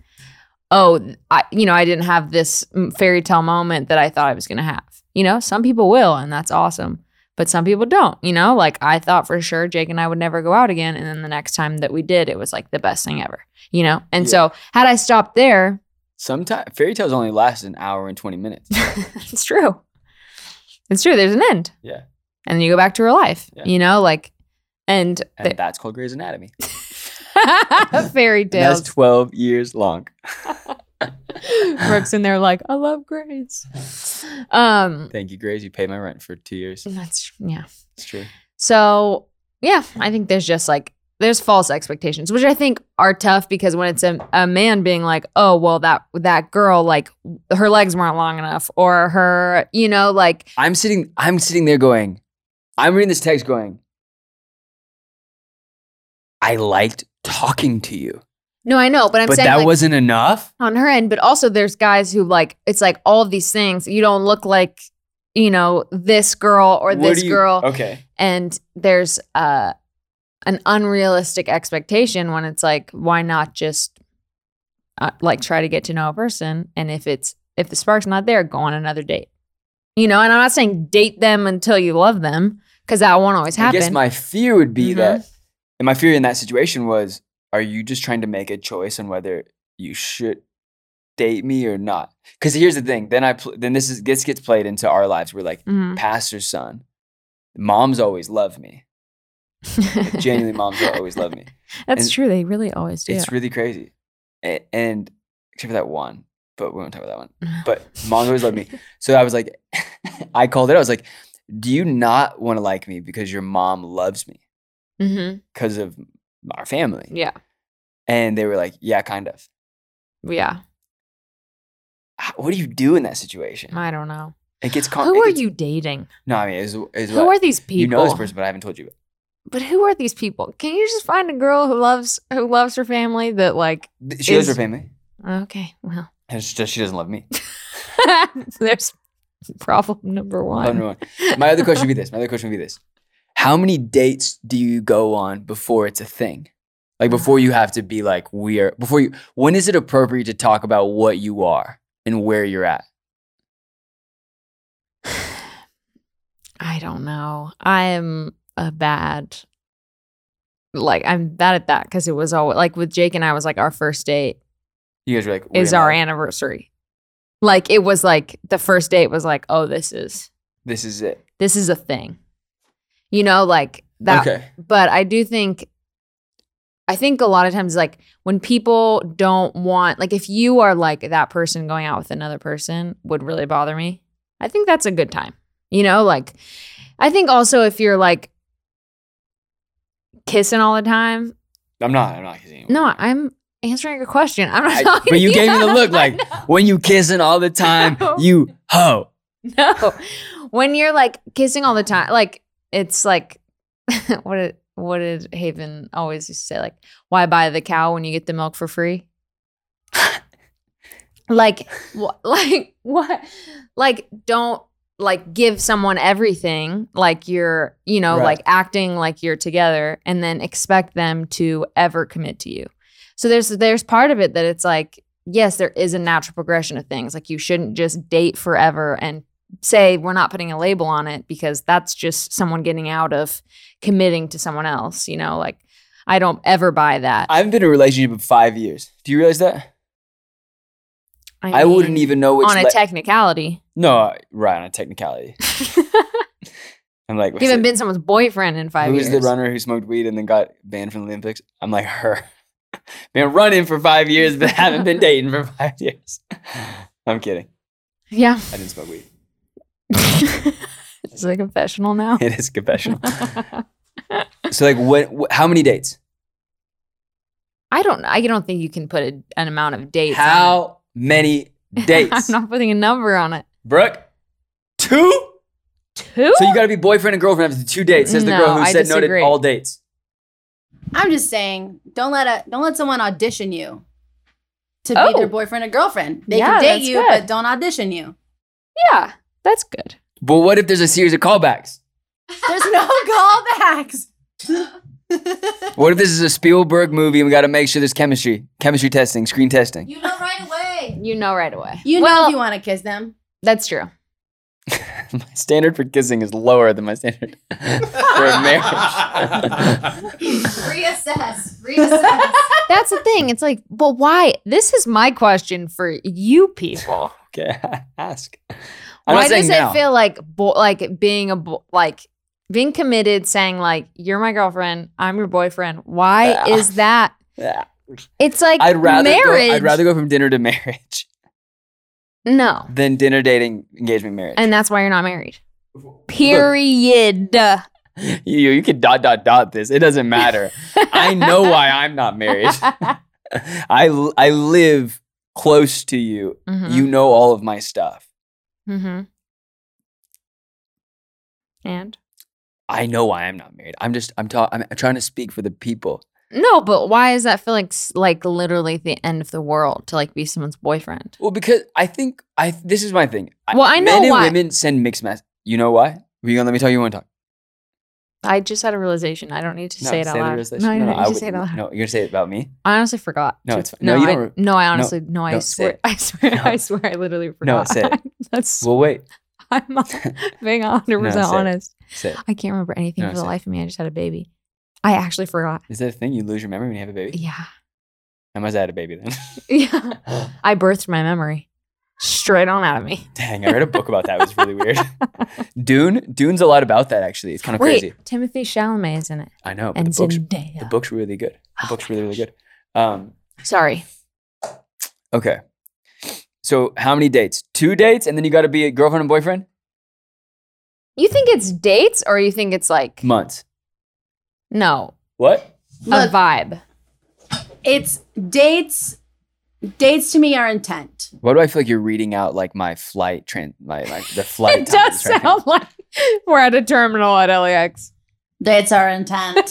B: oh, I, you know, I didn't have this mm, fairy tale moment that I thought I was going to have. You know, some people will, and that's awesome. But some people don't, you know? Like I thought for sure Jake and I would never go out again. And then the next time that we did, it was like the best thing ever, you know? And
A: Yeah.
B: so had I stopped there,
A: Sometimes fairy tales only last an hour and twenty minutes.
B: it's true. It's true. There's an end.
A: Yeah.
B: And then you go back to her life,
A: Yeah.
B: you know? Like, and,
A: And that's called Grey's Anatomy.
B: the fairy
A: And that's
B: tales.
A: twelve years long.
B: Brooks and they're like, I love grades. Um, Mm.
A: Thank you, Grace. You paid my rent for two years.
B: that's, yeah.
A: It's true.
B: So yeah, I think there's just like there's false expectations, which I think are tough because when it's a, a man being like, oh well that that girl like her legs weren't long enough or her you know like
A: I'm sitting I'm sitting there going, I'm reading this text going, I liked talking to you.
B: no I know but I'm
A: but
B: saying
A: that
B: like,
A: wasn't enough.
B: on her end, but also there's guys who like it's like all of these things. You don't look like you know this girl or
A: What
B: this
A: do you-
B: girl,
A: Okay.
B: and there's uh an unrealistic expectation when it's like why not just uh, like try to get to know a person, and if it's if the spark's not there, go on another date. You know, and I'm not saying date them until you love them because that won't always
A: I
B: happen.
A: guess my fear would be
B: Mhm.
A: that, and my fear in that situation was, are you just trying to make a choice on whether you should date me or not? Because here's the thing. Then I pl- then this is this gets played into our lives. We're like
B: Mhm.
A: pastor's son. Moms always love me. Like, genuinely, moms will always love me.
B: Mm-hmm. That's
A: and
B: true. They really always do.
A: It's really crazy. And, and except for that one, but we won't talk about that one. but moms always loved me. So I was like, I called it. I was like, do you not want to like me because your mom loves me
B: hmm
A: because of our family?
B: Yeah.
A: And they were like, yeah, kind of.
B: Yeah.
A: H- What do you do in that situation?
B: I don't know.
A: it gets con-
B: who
A: it
B: are
A: gets-
B: you dating?
A: No, I mean, is is
B: Who are these people?
A: you know this person, but I haven't told you.
B: But who are these people? Can you just find a girl who loves who loves her family that like
A: Th- She loves her
B: Is-
A: family.
B: okay, well.
A: And it's just she doesn't love me.
B: There's problem number
A: Love
B: one.
A: no one. My other question would be this. My other question would be this: How many dates do you go on before it's a thing? Like
B: Mm.
A: before you have to be like we are. Before you, when is it appropriate to talk about what you are and where you're at?
B: I don't know. I am a bad like I'm bad at that because it was all like with Jake and I was like our first date
A: You guys were like, we're
B: is
A: in
B: our
A: love.
B: anniversary. Like it was like the first date was like, oh, this is
A: This is it.
B: this is a thing. You know, like that
A: okay.
B: but I do think I think a lot of times like when people don't want like if you are like that person going out with another person would really bother me. I think that's a good time. You know, like I think also if you're like kissing all the time.
A: I'm not. I'm not kissing. anyone.
B: No, I'm answering your question. I'm not
A: I-
B: talking
A: but you
B: to
A: gave me the look
B: I
A: like
B: know.
A: when you kissing all the time,
B: No.
A: you hoe.
B: No. When you're like kissing all the time, like it's like what did what did Haven always used to say? Like, why buy the cow when you get the milk for free? like what like what like don't like give someone everything like you're you know
A: Right.
B: like acting like you're together and then expect them to ever commit to you so there's there's part of it that it's like yes there is a natural progression of things like you shouldn't just date forever and say we're not putting a label on it because that's just someone getting out of committing to someone else you know like i don't ever buy that
A: I haven't been in a relationship in five years. Do you realize that? I, wouldn't
B: mean,
A: even know which.
B: on a
A: le-
B: technicality
A: no, right on a technicality. I'm like,
B: You haven't been someone's boyfriend in five
A: Who's
B: years.
A: the runner who smoked weed and then got banned from the Olympics? I'm like her. Been running for five years, but haven't been dating for five years. I'm kidding.
B: Yeah.
A: I didn't smoke weed.
B: it's like confessional now.
A: It is confessional. so like, what? Wh- how many dates?
B: I don't. I don't think you can put a, an amount of dates. on it.
A: How many dates?
B: I'm not putting a number on it.
A: Brooke, two.
B: Two.
A: So you got to be boyfriend and girlfriend after two dates, says the girl
B: No,
A: who
B: I
A: said no
B: disagree.
A: to all dates.
C: I'm just saying, don't let a don't let someone audition you to be
B: Oh.
C: their boyfriend or girlfriend. They
B: Yeah,
C: can date
B: that's
C: you,
B: good.
C: but don't audition you.
B: yeah, that's good.
A: But what if there's a series of callbacks?
C: There's no callbacks.
A: What if this is a Spielberg movie and we got to make sure there's chemistry, chemistry testing, screen testing?
C: You know right away.
B: You know right away.
C: You know
B: well,
C: if you want to kiss them.
B: that's true.
A: my standard for kissing is lower than my standard for marriage.
C: Reassess. Reassess.
B: That's the thing. It's like, but why? This is my question for you people.
A: okay, ask. I'm
B: why
A: not saying
B: does
A: now.
B: it feel like bo- like being a bo- like being committed, saying like you're my girlfriend, I'm your boyfriend? Why
A: Ah.
B: is that?
A: Yeah.
B: It's like
A: I'd rather
B: marriage.
A: Go, I'd rather go from dinner to marriage
B: no,
A: than dinner dating engagement marriage.
B: and that's why you're not married. Period.
A: you you can dot dot dot this. It doesn't matter. I know why I'm not married. I l- I live close to you.
B: Mhm.
A: You know all of my stuff.
B: Mm-hmm. And
A: I know why I'm not married. I'm just I'm talking. I'm trying to speak for the people.
B: no, but why does that feel like s- like literally the end of the world to like be someone's boyfriend?
A: Well, because I think I this is my thing.
B: Well, I know
A: men and
B: why.
A: women send mixed mess. You know why? We gonna let me tell you one time.
B: I just had a realization. I don't need to
A: No,
B: say it out
A: the
B: loud.
A: realization.
B: No, no, no,
A: I
B: you just
A: would-
B: say it out loud.
A: No, you're gonna say it about me.
B: I honestly forgot.
A: No,
B: to-
A: it's fine. No, you
B: I,
A: don't re-
B: No, I honestly no. I
A: don't say
B: swear.
A: it.
B: I swear.
A: No.
B: I swear. I literally
A: No,
B: forgot.
A: say it.
B: That's
A: Well, wait.
B: I'm being hundred
A: No,
B: percent
A: say it.
B: honest.
A: Say it.
B: I can't remember anything
A: No,
B: for the
A: say it.
B: life of me. I just had a baby. I actually forgot.
A: Is that a thing? You lose your memory when you have a baby?
B: Yeah.
A: I must have had a baby then.
B: Yeah. I birthed my memory straight on out of me.
A: Dang, I read a book about that. It was really weird. Dune. Dune's a lot about that actually. It's kind of
B: Wait,
A: crazy.
B: Timothy Chalamet is in it.
A: I know. But
B: And
A: the book's
B: Zendaya.
A: the book's really good. The
B: Oh
A: book's
B: my
A: really really good. Um,
B: Sorry.
A: okay. So how many dates? Two dates, and then you got to be a girlfriend and boyfriend.
B: You think it's dates or you think it's like
A: Months.
B: no,
A: What?
B: a
C: Look,
B: vibe.
C: it's dates. Dates to me are intent.
A: Why do I feel like you're reading out like my flight tran my, my the flight?
B: It does
A: times right now?
B: sound like we're at a terminal at LAX.
C: Dates are intent.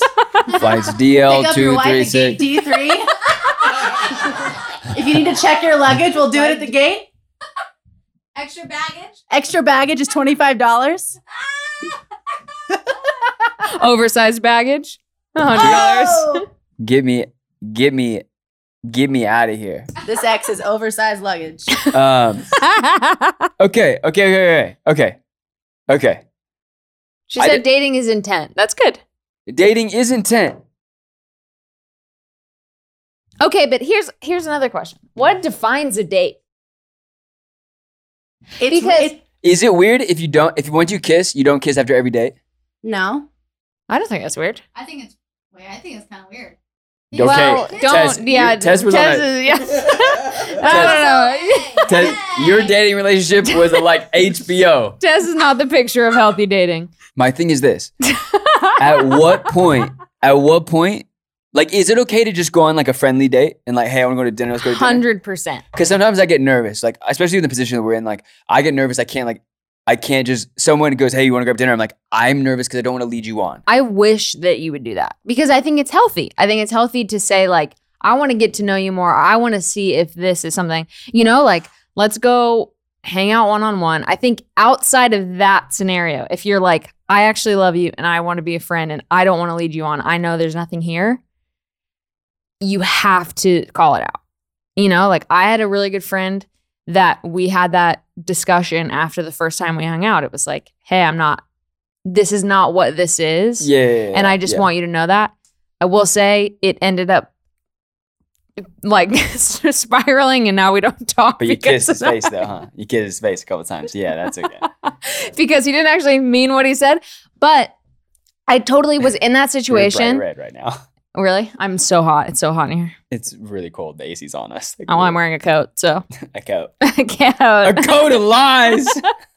A: Flights
C: Pick
A: DL
C: up your
A: two
C: wife
A: three
C: at gate
A: six.
C: D3. if you need to check your luggage, we'll do it at the gate.
D: Extra baggage?
C: Extra baggage is $25.
B: Oversized baggage. $100.
C: Oh!
A: Get me, get me, get me out of here.
C: This X is oversized luggage.
A: Um,
B: Oh!
A: okay, okay, okay, okay, okay, okay.
B: she
A: I
B: said
A: did-
B: dating is intent. That's good.
A: Dating is intent.
B: Okay, but here's here's another question. What defines a date?
C: It's,
B: Because-
C: it-
A: Is it weird if you don't? If once you kiss, you don't kiss after every date.
C: no.
B: I don't think that's weird.
D: I think it's wait, I think it's kind of weird.
A: Okay,
B: Well, don't.
A: Tess,
B: yeah,
A: you- Tess was on a-
B: is, yeah. I don't know.
A: Ted, your dating relationship was like HBO.
B: Tess is not the picture of healthy dating.
A: My thing is this: at what point? At what point? Like, is it okay to just go on like a friendly date and like, hey, I want to go to dinner. Let's go to dinner.
B: Hundred percent.
A: Because sometimes I get nervous, like especially in the position that we're in. Like I get nervous. I can't like I can't just someone goes, "Hey, you want to grab dinner?" I'm like, I'm nervous because I don't want to lead you on.
B: I wish that you would do that because I think it's healthy. I think it's healthy to say like, I want to get to know you more. I want to see if this is something. You know, like let's go hang out one on one. I think outside of that scenario, if you're like, I actually love you and I want to be a friend and I don't want to lead you on. I know there's nothing here. You have to call it out. You know, like I had a really good friend that we had that discussion after the first time we hung out. It was like, hey, I'm not, this is not what this is.
A: Yeah, yeah, yeah,
B: and I just
A: yeah.
B: want you to know that. I will say it ended up like spiraling and now we don't talk.
A: But you
B: because
A: kissed his
B: of
A: face though, huh? You kissed his face a couple times. Yeah, that's okay.
B: that. because he didn't actually mean what he said. But I totally was in that
A: You're bright
B: situation.
A: red right now.
B: Really? I'm so hot. It's so hot in here.
A: It's really cold. The AC's on us. Like,
B: Oh, I'm wearing a coat, so
A: a coat.
B: I can't.
A: A coat of lies.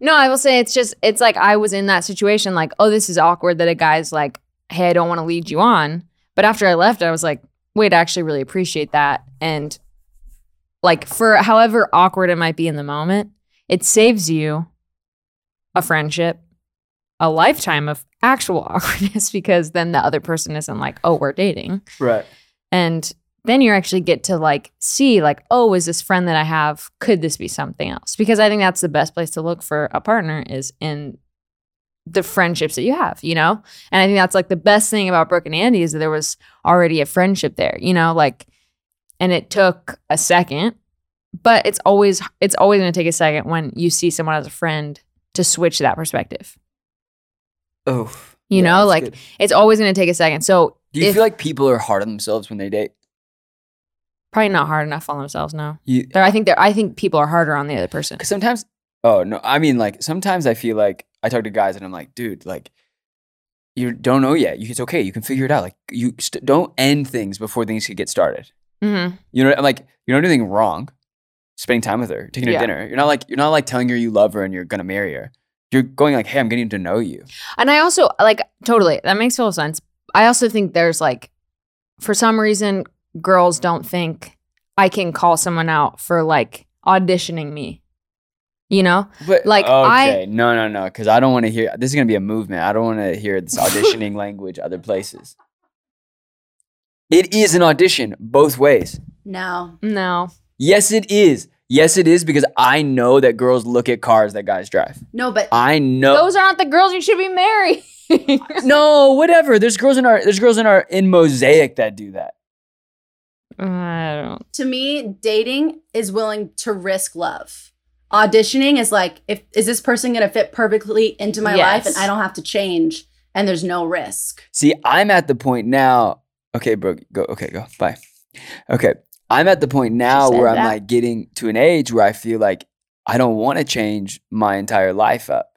B: No, I will say it's just it's like I was in that situation, like, oh, this is awkward that a guy's like, hey, I don't want to lead you on. But after I left, I was like, wait, I actually really appreciate that. And like for however awkward it might be in the moment, it saves you a friendship, a lifetime of actual awkwardness, because then the other person isn't like, oh, we're dating
A: right.
B: and then you actually get to like see like oh is this friend that i have could this be something else because i think that's the best place to look for a partner is in the friendships that you have you know and i think that's like the best thing about brooke and andy is that there was already a friendship there you know like and it took a second but it's always it's always going to take a second when you see someone as a friend to switch that perspective
A: Oh.
B: You know,
A: that's
B: like-
A: good.
B: it's always going to take a second so
A: Do you
B: if-
A: feel like people are hard on themselves when they date?
B: probably not hard enough on themselves no
A: You
B: They're- i think they're i think people are harder on the other person
A: Because sometimes, oh no, I mean like sometimes I feel like I talk to guys and I'm like, dude, like you don't know yet. You, it's okay. You can figure it out. Like you st- don't end things before things could get started.
B: mm-hmm.
A: You know, I'm like you don't do anything wrong. Spending time with her, taking her
B: Yeah.
A: dinner. You're not like you're not like telling her you love her and you're gonna marry her. You're going like, hey, I'm getting to know you.
B: And I also like totally that makes total sense. I also think there's like for some reason girls don't think I can call someone out for like auditioning me. You know?
A: But
B: Like, I-
A: okay, no, no, no, because I don't want to hear. This is gonna be a movement. I don't want to hear this auditioning language other places. It is an audition both ways.
C: No.
B: No.
A: Yes, it is. Yes, it is because I know that girls look at cars that guys drive.
C: No, but
A: I know.
B: Those aren't the girls you should be marrying.
A: no, whatever. There's girls in our. There's girls in our in mosaic that do that.
B: I don't
C: to me, dating is willing to risk love. Auditioning is like, if is this person gonna fit perfectly into my life
B: Yes.
C: and I don't have to change and there's no risk.
A: See, I'm at the point now. Okay, bro, go. Okay, go. Bye. Okay, I'm at the point now
B: said
A: where I'm
B: that.
A: like getting to an age where I feel like I don't want to change my entire life up,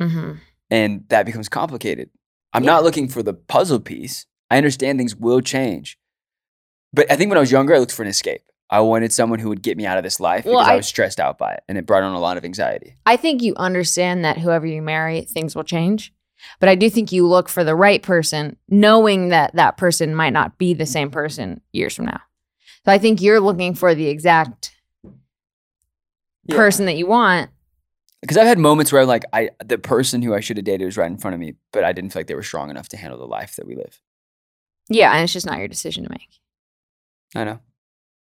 B: mm-hmm.
A: and that becomes complicated. I'm not looking for the puzzle piece. I understand things will change, but I think when I was younger, I looked for an escape. I wanted someone who would get me out of this life
B: Well,
A: because I,
B: I-
A: was stressed out by it, and it brought on a lot of anxiety.
B: I think you understand that whoever you marry, things will change. But I do think you look for the right person, knowing that that person might not be the same person years from now. So I think you're looking for the exact person that you want.
A: Because I've had moments where I'm like, I the person who I should have dated was right in front of me, but I didn't feel like they were strong enough to handle the life that we live.
B: Yeah. And it's just not your decision to make.
A: I know.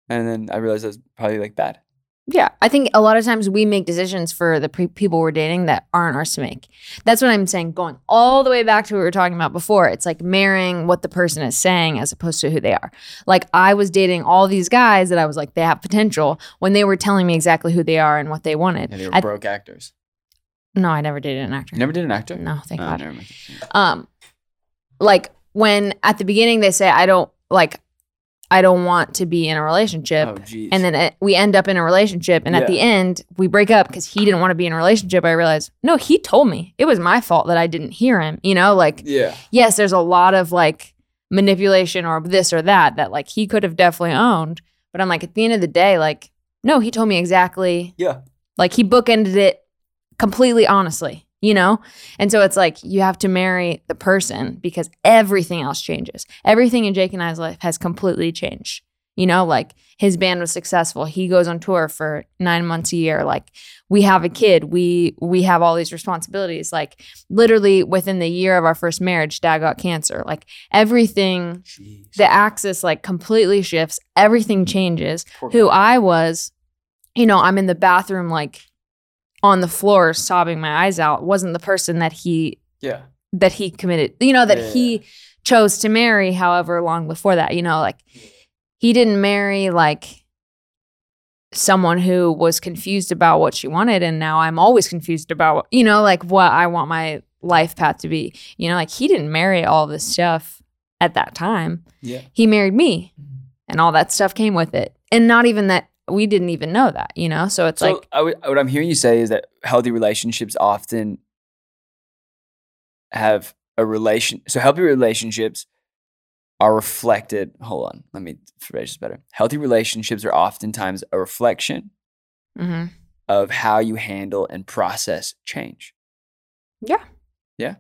A: And then I realized that's probably like bad.
B: Yeah, I think a lot of times we make decisions for the pre- people we're dating that aren't ours to make. That's what I'm saying. Going all the way back to what we were talking about before, it's like marrying what the person is saying as opposed to who they are. Like I was dating all these guys that I was like, they have potential when they were telling me exactly who they are and what they wanted.
A: Yeah, they were
B: I-
A: broke actors.
B: no, I never dated an actor.
A: You never did an actor?
B: No, thank
A: Oh,
B: God
A: never mind.
B: um like when at the beginning they say i don't like i don't want to be in a relationship
A: Oh, jeez.
B: and then it, we end up in a relationship and at the end we break up because he didn't want to be in a relationship i realized no he told me it was my fault that i didn't hear him you know like
A: yeah.
B: yes there's a lot of like manipulation or this or that that like he could have definitely owned but i'm like at the end of the day like no he told me exactly
A: Yeah.
B: like he bookended it completely honestly, you know? And so it's like you have to marry the person because everything else changes. Everything in Jake and I's life has completely changed. You know, like his band was successful. He goes on tour for 9 months a year. Like we have a kid. We we have all these responsibilities. Like literally within the year of our first marriage, dad got cancer. Like everything
A: Jeez.
B: the axis like completely shifts. Everything changes
A: Poor
B: who
A: guy.
B: I was, you know, I'm in the bathroom, like on the floor, sobbing my eyes out, wasn't the person that he
A: Yeah.
B: that he committed, you know, that
A: Yeah.
B: he chose to marry however long before that, you know, like he didn't marry like someone who was confused about what she wanted and now I'm always confused about you know like what I want my life path to be. You know, like he didn't marry all this stuff at that time
A: Yeah.
B: he married me
A: Mm-hmm.
B: and all that stuff came with it and not even that we didn't even know that you know so it's
A: So
B: like
A: I would- what I'm hearing you say is that healthy relationships often have a relation. So healthy relationships are reflected. Hold on. Let me phrase this better. Healthy relationships are oftentimes a reflection
B: mhm.
A: of how you handle and process change.
B: Yeah.
A: Yeah.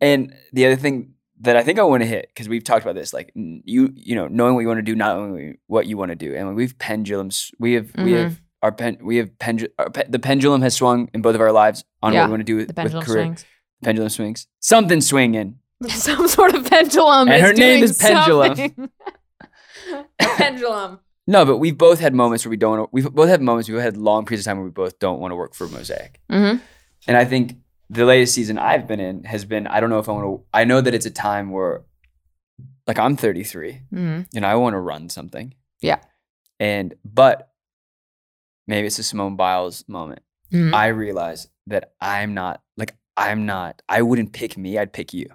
A: And the other thing that I think I want to hit because we've talked about this, like n- you, you know, knowing what you want to do, not knowing what you want to do, and like, we've pendulums, we have, we
B: Mm-hmm.
A: have our pen, we have pendulum, pe- the pendulum has swung in both of our lives on what
B: Yeah,
A: we want to do with,
B: the
A: with
B: pendulum
A: career.
B: swings
A: Pendulum swings, something swinging.
B: some sort of pendulum
A: And
B: is
A: her name
B: doing
A: is Pendulum.
B: something. A pendulum
A: No, but we've both had moments where we don't. wanna- We've both had moments. We've had long periods of time where we both don't want to work for Mosaic.
B: hmm
A: And I think the latest season I've been in has been I don't know if I want to. I know that it's a time where, like, I'm 33
B: hmm
A: and I want to run something.
B: Yeah.
A: And but maybe it's a Simone Biles moment.
B: hmm
A: I realize that I'm not like I'm not. I wouldn't pick me. I'd pick you.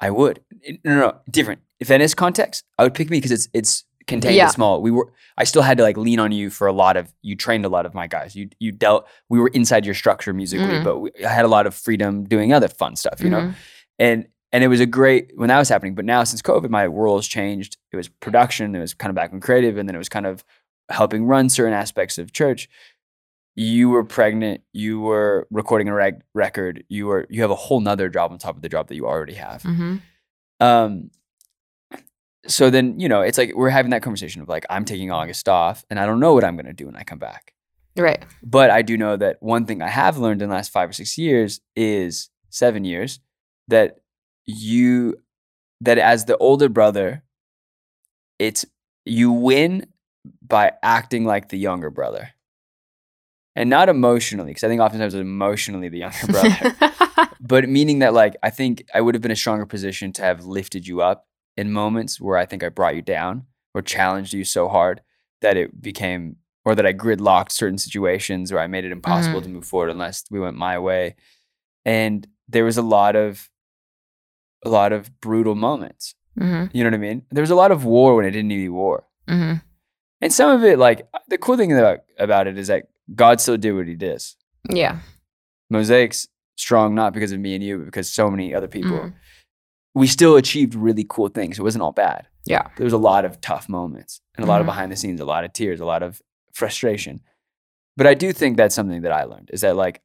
A: I would. N- No, no, no different. If in this context, I would pick me because it's it's contained.
B: Yeah.
A: It's small. We were. I still had to like lean on you for a lot of. You trained a lot of my guys. You you dealt. We were inside your structure musically,
B: Mhm.
A: but we, I had a lot of freedom doing other fun stuff. You know
B: Mhm.
A: and and it was a great when that was happening. But now since COVID, my world has changed. It was production. It was kind of back in creative, and then it was kind of helping run certain aspects of church. you were pregnant, you were recording a reg- record, you were you have a whole nother job on top of the job that you already have.
B: Mm-hmm.
A: Um, so then you know it's like we're having that conversation of like I'm taking August off, and I don't know what I'm gonna do when I come back.
B: Right.
A: But I do know that one thing I have learned in the last five or six years is seven years that you that as the older brother, it's you win by acting like the younger brother. And not emotionally, because I think oftentimes it's emotionally the younger brother. but meaning that like I think I would have been a stronger position to have lifted you up in moments where I think I brought you down or challenged you so hard that it became or that I gridlocked certain situations or I made it impossible to move forward unless we went my way. And there was a lot of a lot of brutal moments.
B: mm-hmm.
A: You know what I mean? There was a lot of war when it didn't need to be war.
B: Mm-hmm.
A: And some of it, like the cool thing about, about it is that God still did what he does.
B: Yeah.
A: Mosaic's strong not because of me and you, but because so many other people.
B: Mhm.
A: We still achieved really cool things. It wasn't all bad.
B: Yeah.
A: There was a lot of tough moments and a lot of
B: Mhm.
A: behind the scenes, a lot of tears, a lot of frustration. But I do think that's something that I learned is that like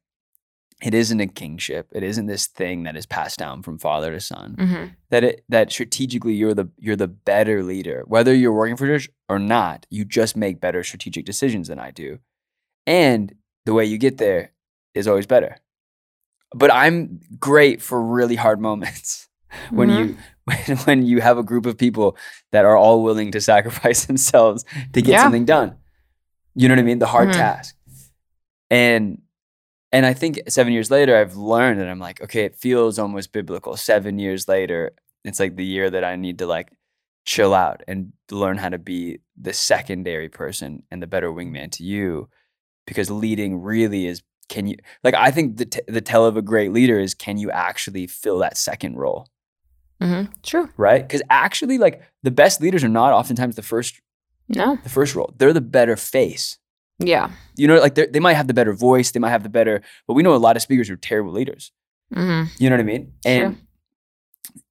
A: it isn't a kingship. It isn't this thing that is passed down from father to son.
B: Mm-hmm.
A: That it that strategically you're the you're the better leader. Whether you're working for church or not, you just make better strategic decisions than I do. And the way you get there is always better. But I'm great for really hard moments when you when, when you have a group of people that are all willing to sacrifice themselves to get
B: Yeah.
A: something done. You know what I mean? The hard
B: Mhm.
A: task. And and I think seven years later, I've learned and I'm like, okay, it feels almost biblical. Seven years later, it's like the year that I need to like chill out and learn how to be the secondary person and the better wingman to you because leading really is can you like i think the, t- the tell of a great leader is can you actually fill that second role
B: Mm-hmm. True.
A: right because actually like the best leaders are not oftentimes the first
B: No.
A: the first role they're the better face
B: Yeah.
A: you know like they're- they might have the better voice they might have the better but we know a lot of speakers who are terrible leaders
B: Mm-hmm.
A: you know what I mean?
B: Sure.
A: And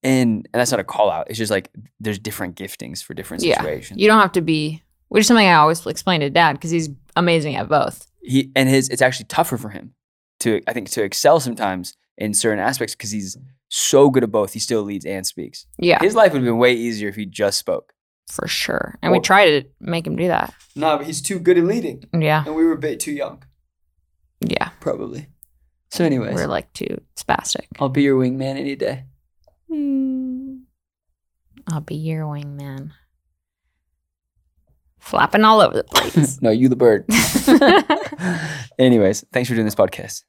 A: and and that's not a call out. It's just like there's different giftings for different
B: Yeah.
A: situations.
B: You don't have to be, which is something I always explain to dad because he's amazing at both.
A: He and his it's actually tougher for him to I think to excel sometimes in certain aspects because he's so good at both. He still leads and speaks.
B: Yeah.
A: His life would have been way easier if he just spoke.
B: for sure. And
A: Or-
B: we try to make him do that.
A: No, but he's too good at leading,
B: Yeah.
A: and we were a bit too young,
B: Yeah.
A: probably. So, anyways,
B: We're like too spastic.
A: I'll be your wingman any day.
B: I'll be your wingman. Flapping all over the place.
A: No, you the bird. anyways, thanks for doing this podcast.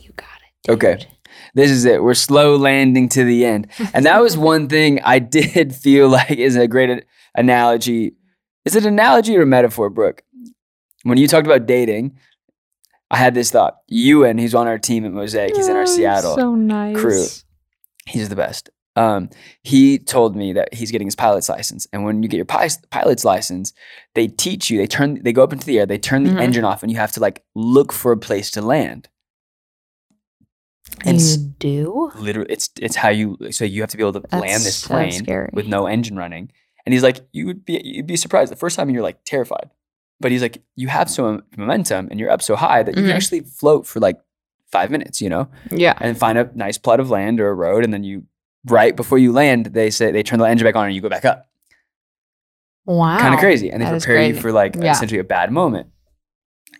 B: you got it.
A: Okay.
B: dude.
A: this is it. We're slow landing to the end. And that was one thing I did feel like is a great a- analogy. Is it an analogy or a metaphor, Brooke? When you talked about dating, I had this thought. Ewan, he's on our team at Mosaic, he's in
B: Oh,
A: our
B: you're
A: Seattle.
B: So nice.
A: crew. he's the best. Um, he told me that he's getting his pilot's license. And when you get your pi- pilot's license, they teach you, they turn, they go up into the air, they turn the
B: Mhm.
A: engine off, and you have to like look for a place to land. And s-
B: you do?
A: literally it's it's how you so you have to be able to
B: That's
A: land this
B: so
A: plane
B: scary.
A: with no engine running and he's like you would be you'd be surprised the first time you're like terrified but he's like you have some momentum and you're up so high that you
B: Mhm.
A: can actually float for like five minutes you know
B: Yeah.
A: and find a nice plot of land or a road and then you right before you land they say they turn the engine back on and you go back up
B: Wow.
A: kind of crazy and they
B: That is
A: prepare you
B: crazy.
A: for like
B: Yeah.
A: essentially a bad moment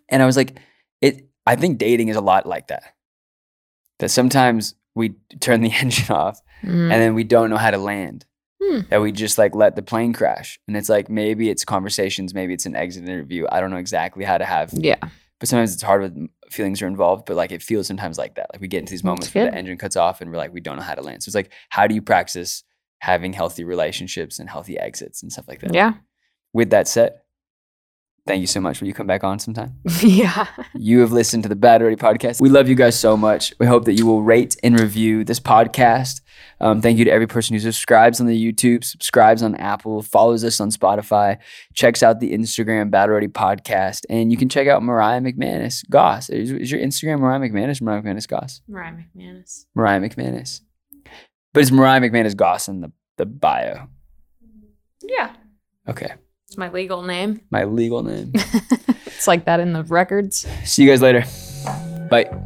A: and i was like it i think dating is a lot like that that sometimes we turn the engine off
B: Mm.
A: and then we don't know how to land.
B: Hmm.
A: That we just like let the plane crash. And it's like maybe it's conversations, maybe it's an exit interview. I don't know exactly how to have,
B: yeah.
A: but sometimes it's hard when feelings are involved. But like it feels sometimes like that. Like we get into these moments where the
B: good.
A: engine cuts off and we're like, we don't know how to land. So it's like, how do you practice having healthy relationships and healthy exits and stuff like that?
B: Yeah.
A: With that said, thank you so much. Will you come back on sometime?
B: yeah.
A: You have listened to the Bad Ready podcast. We love you guys so much. We hope that you will rate and review this podcast. Um, thank you to every person who subscribes on the YouTube, subscribes on Apple, follows us on Spotify, checks out the Instagram Bad Ready podcast, and you can check out Mariah McManus Goss. Is, is your Instagram Mariah McManus? Mariah McManus Goss.
B: Mariah McManus.
A: Mariah McManus. But it's Mariah McManus Goss in the, the bio.
B: Yeah.
A: Okay,
B: It's my legal name.
A: my legal name.
E: like that in the records.
B: See you guys later. Bye.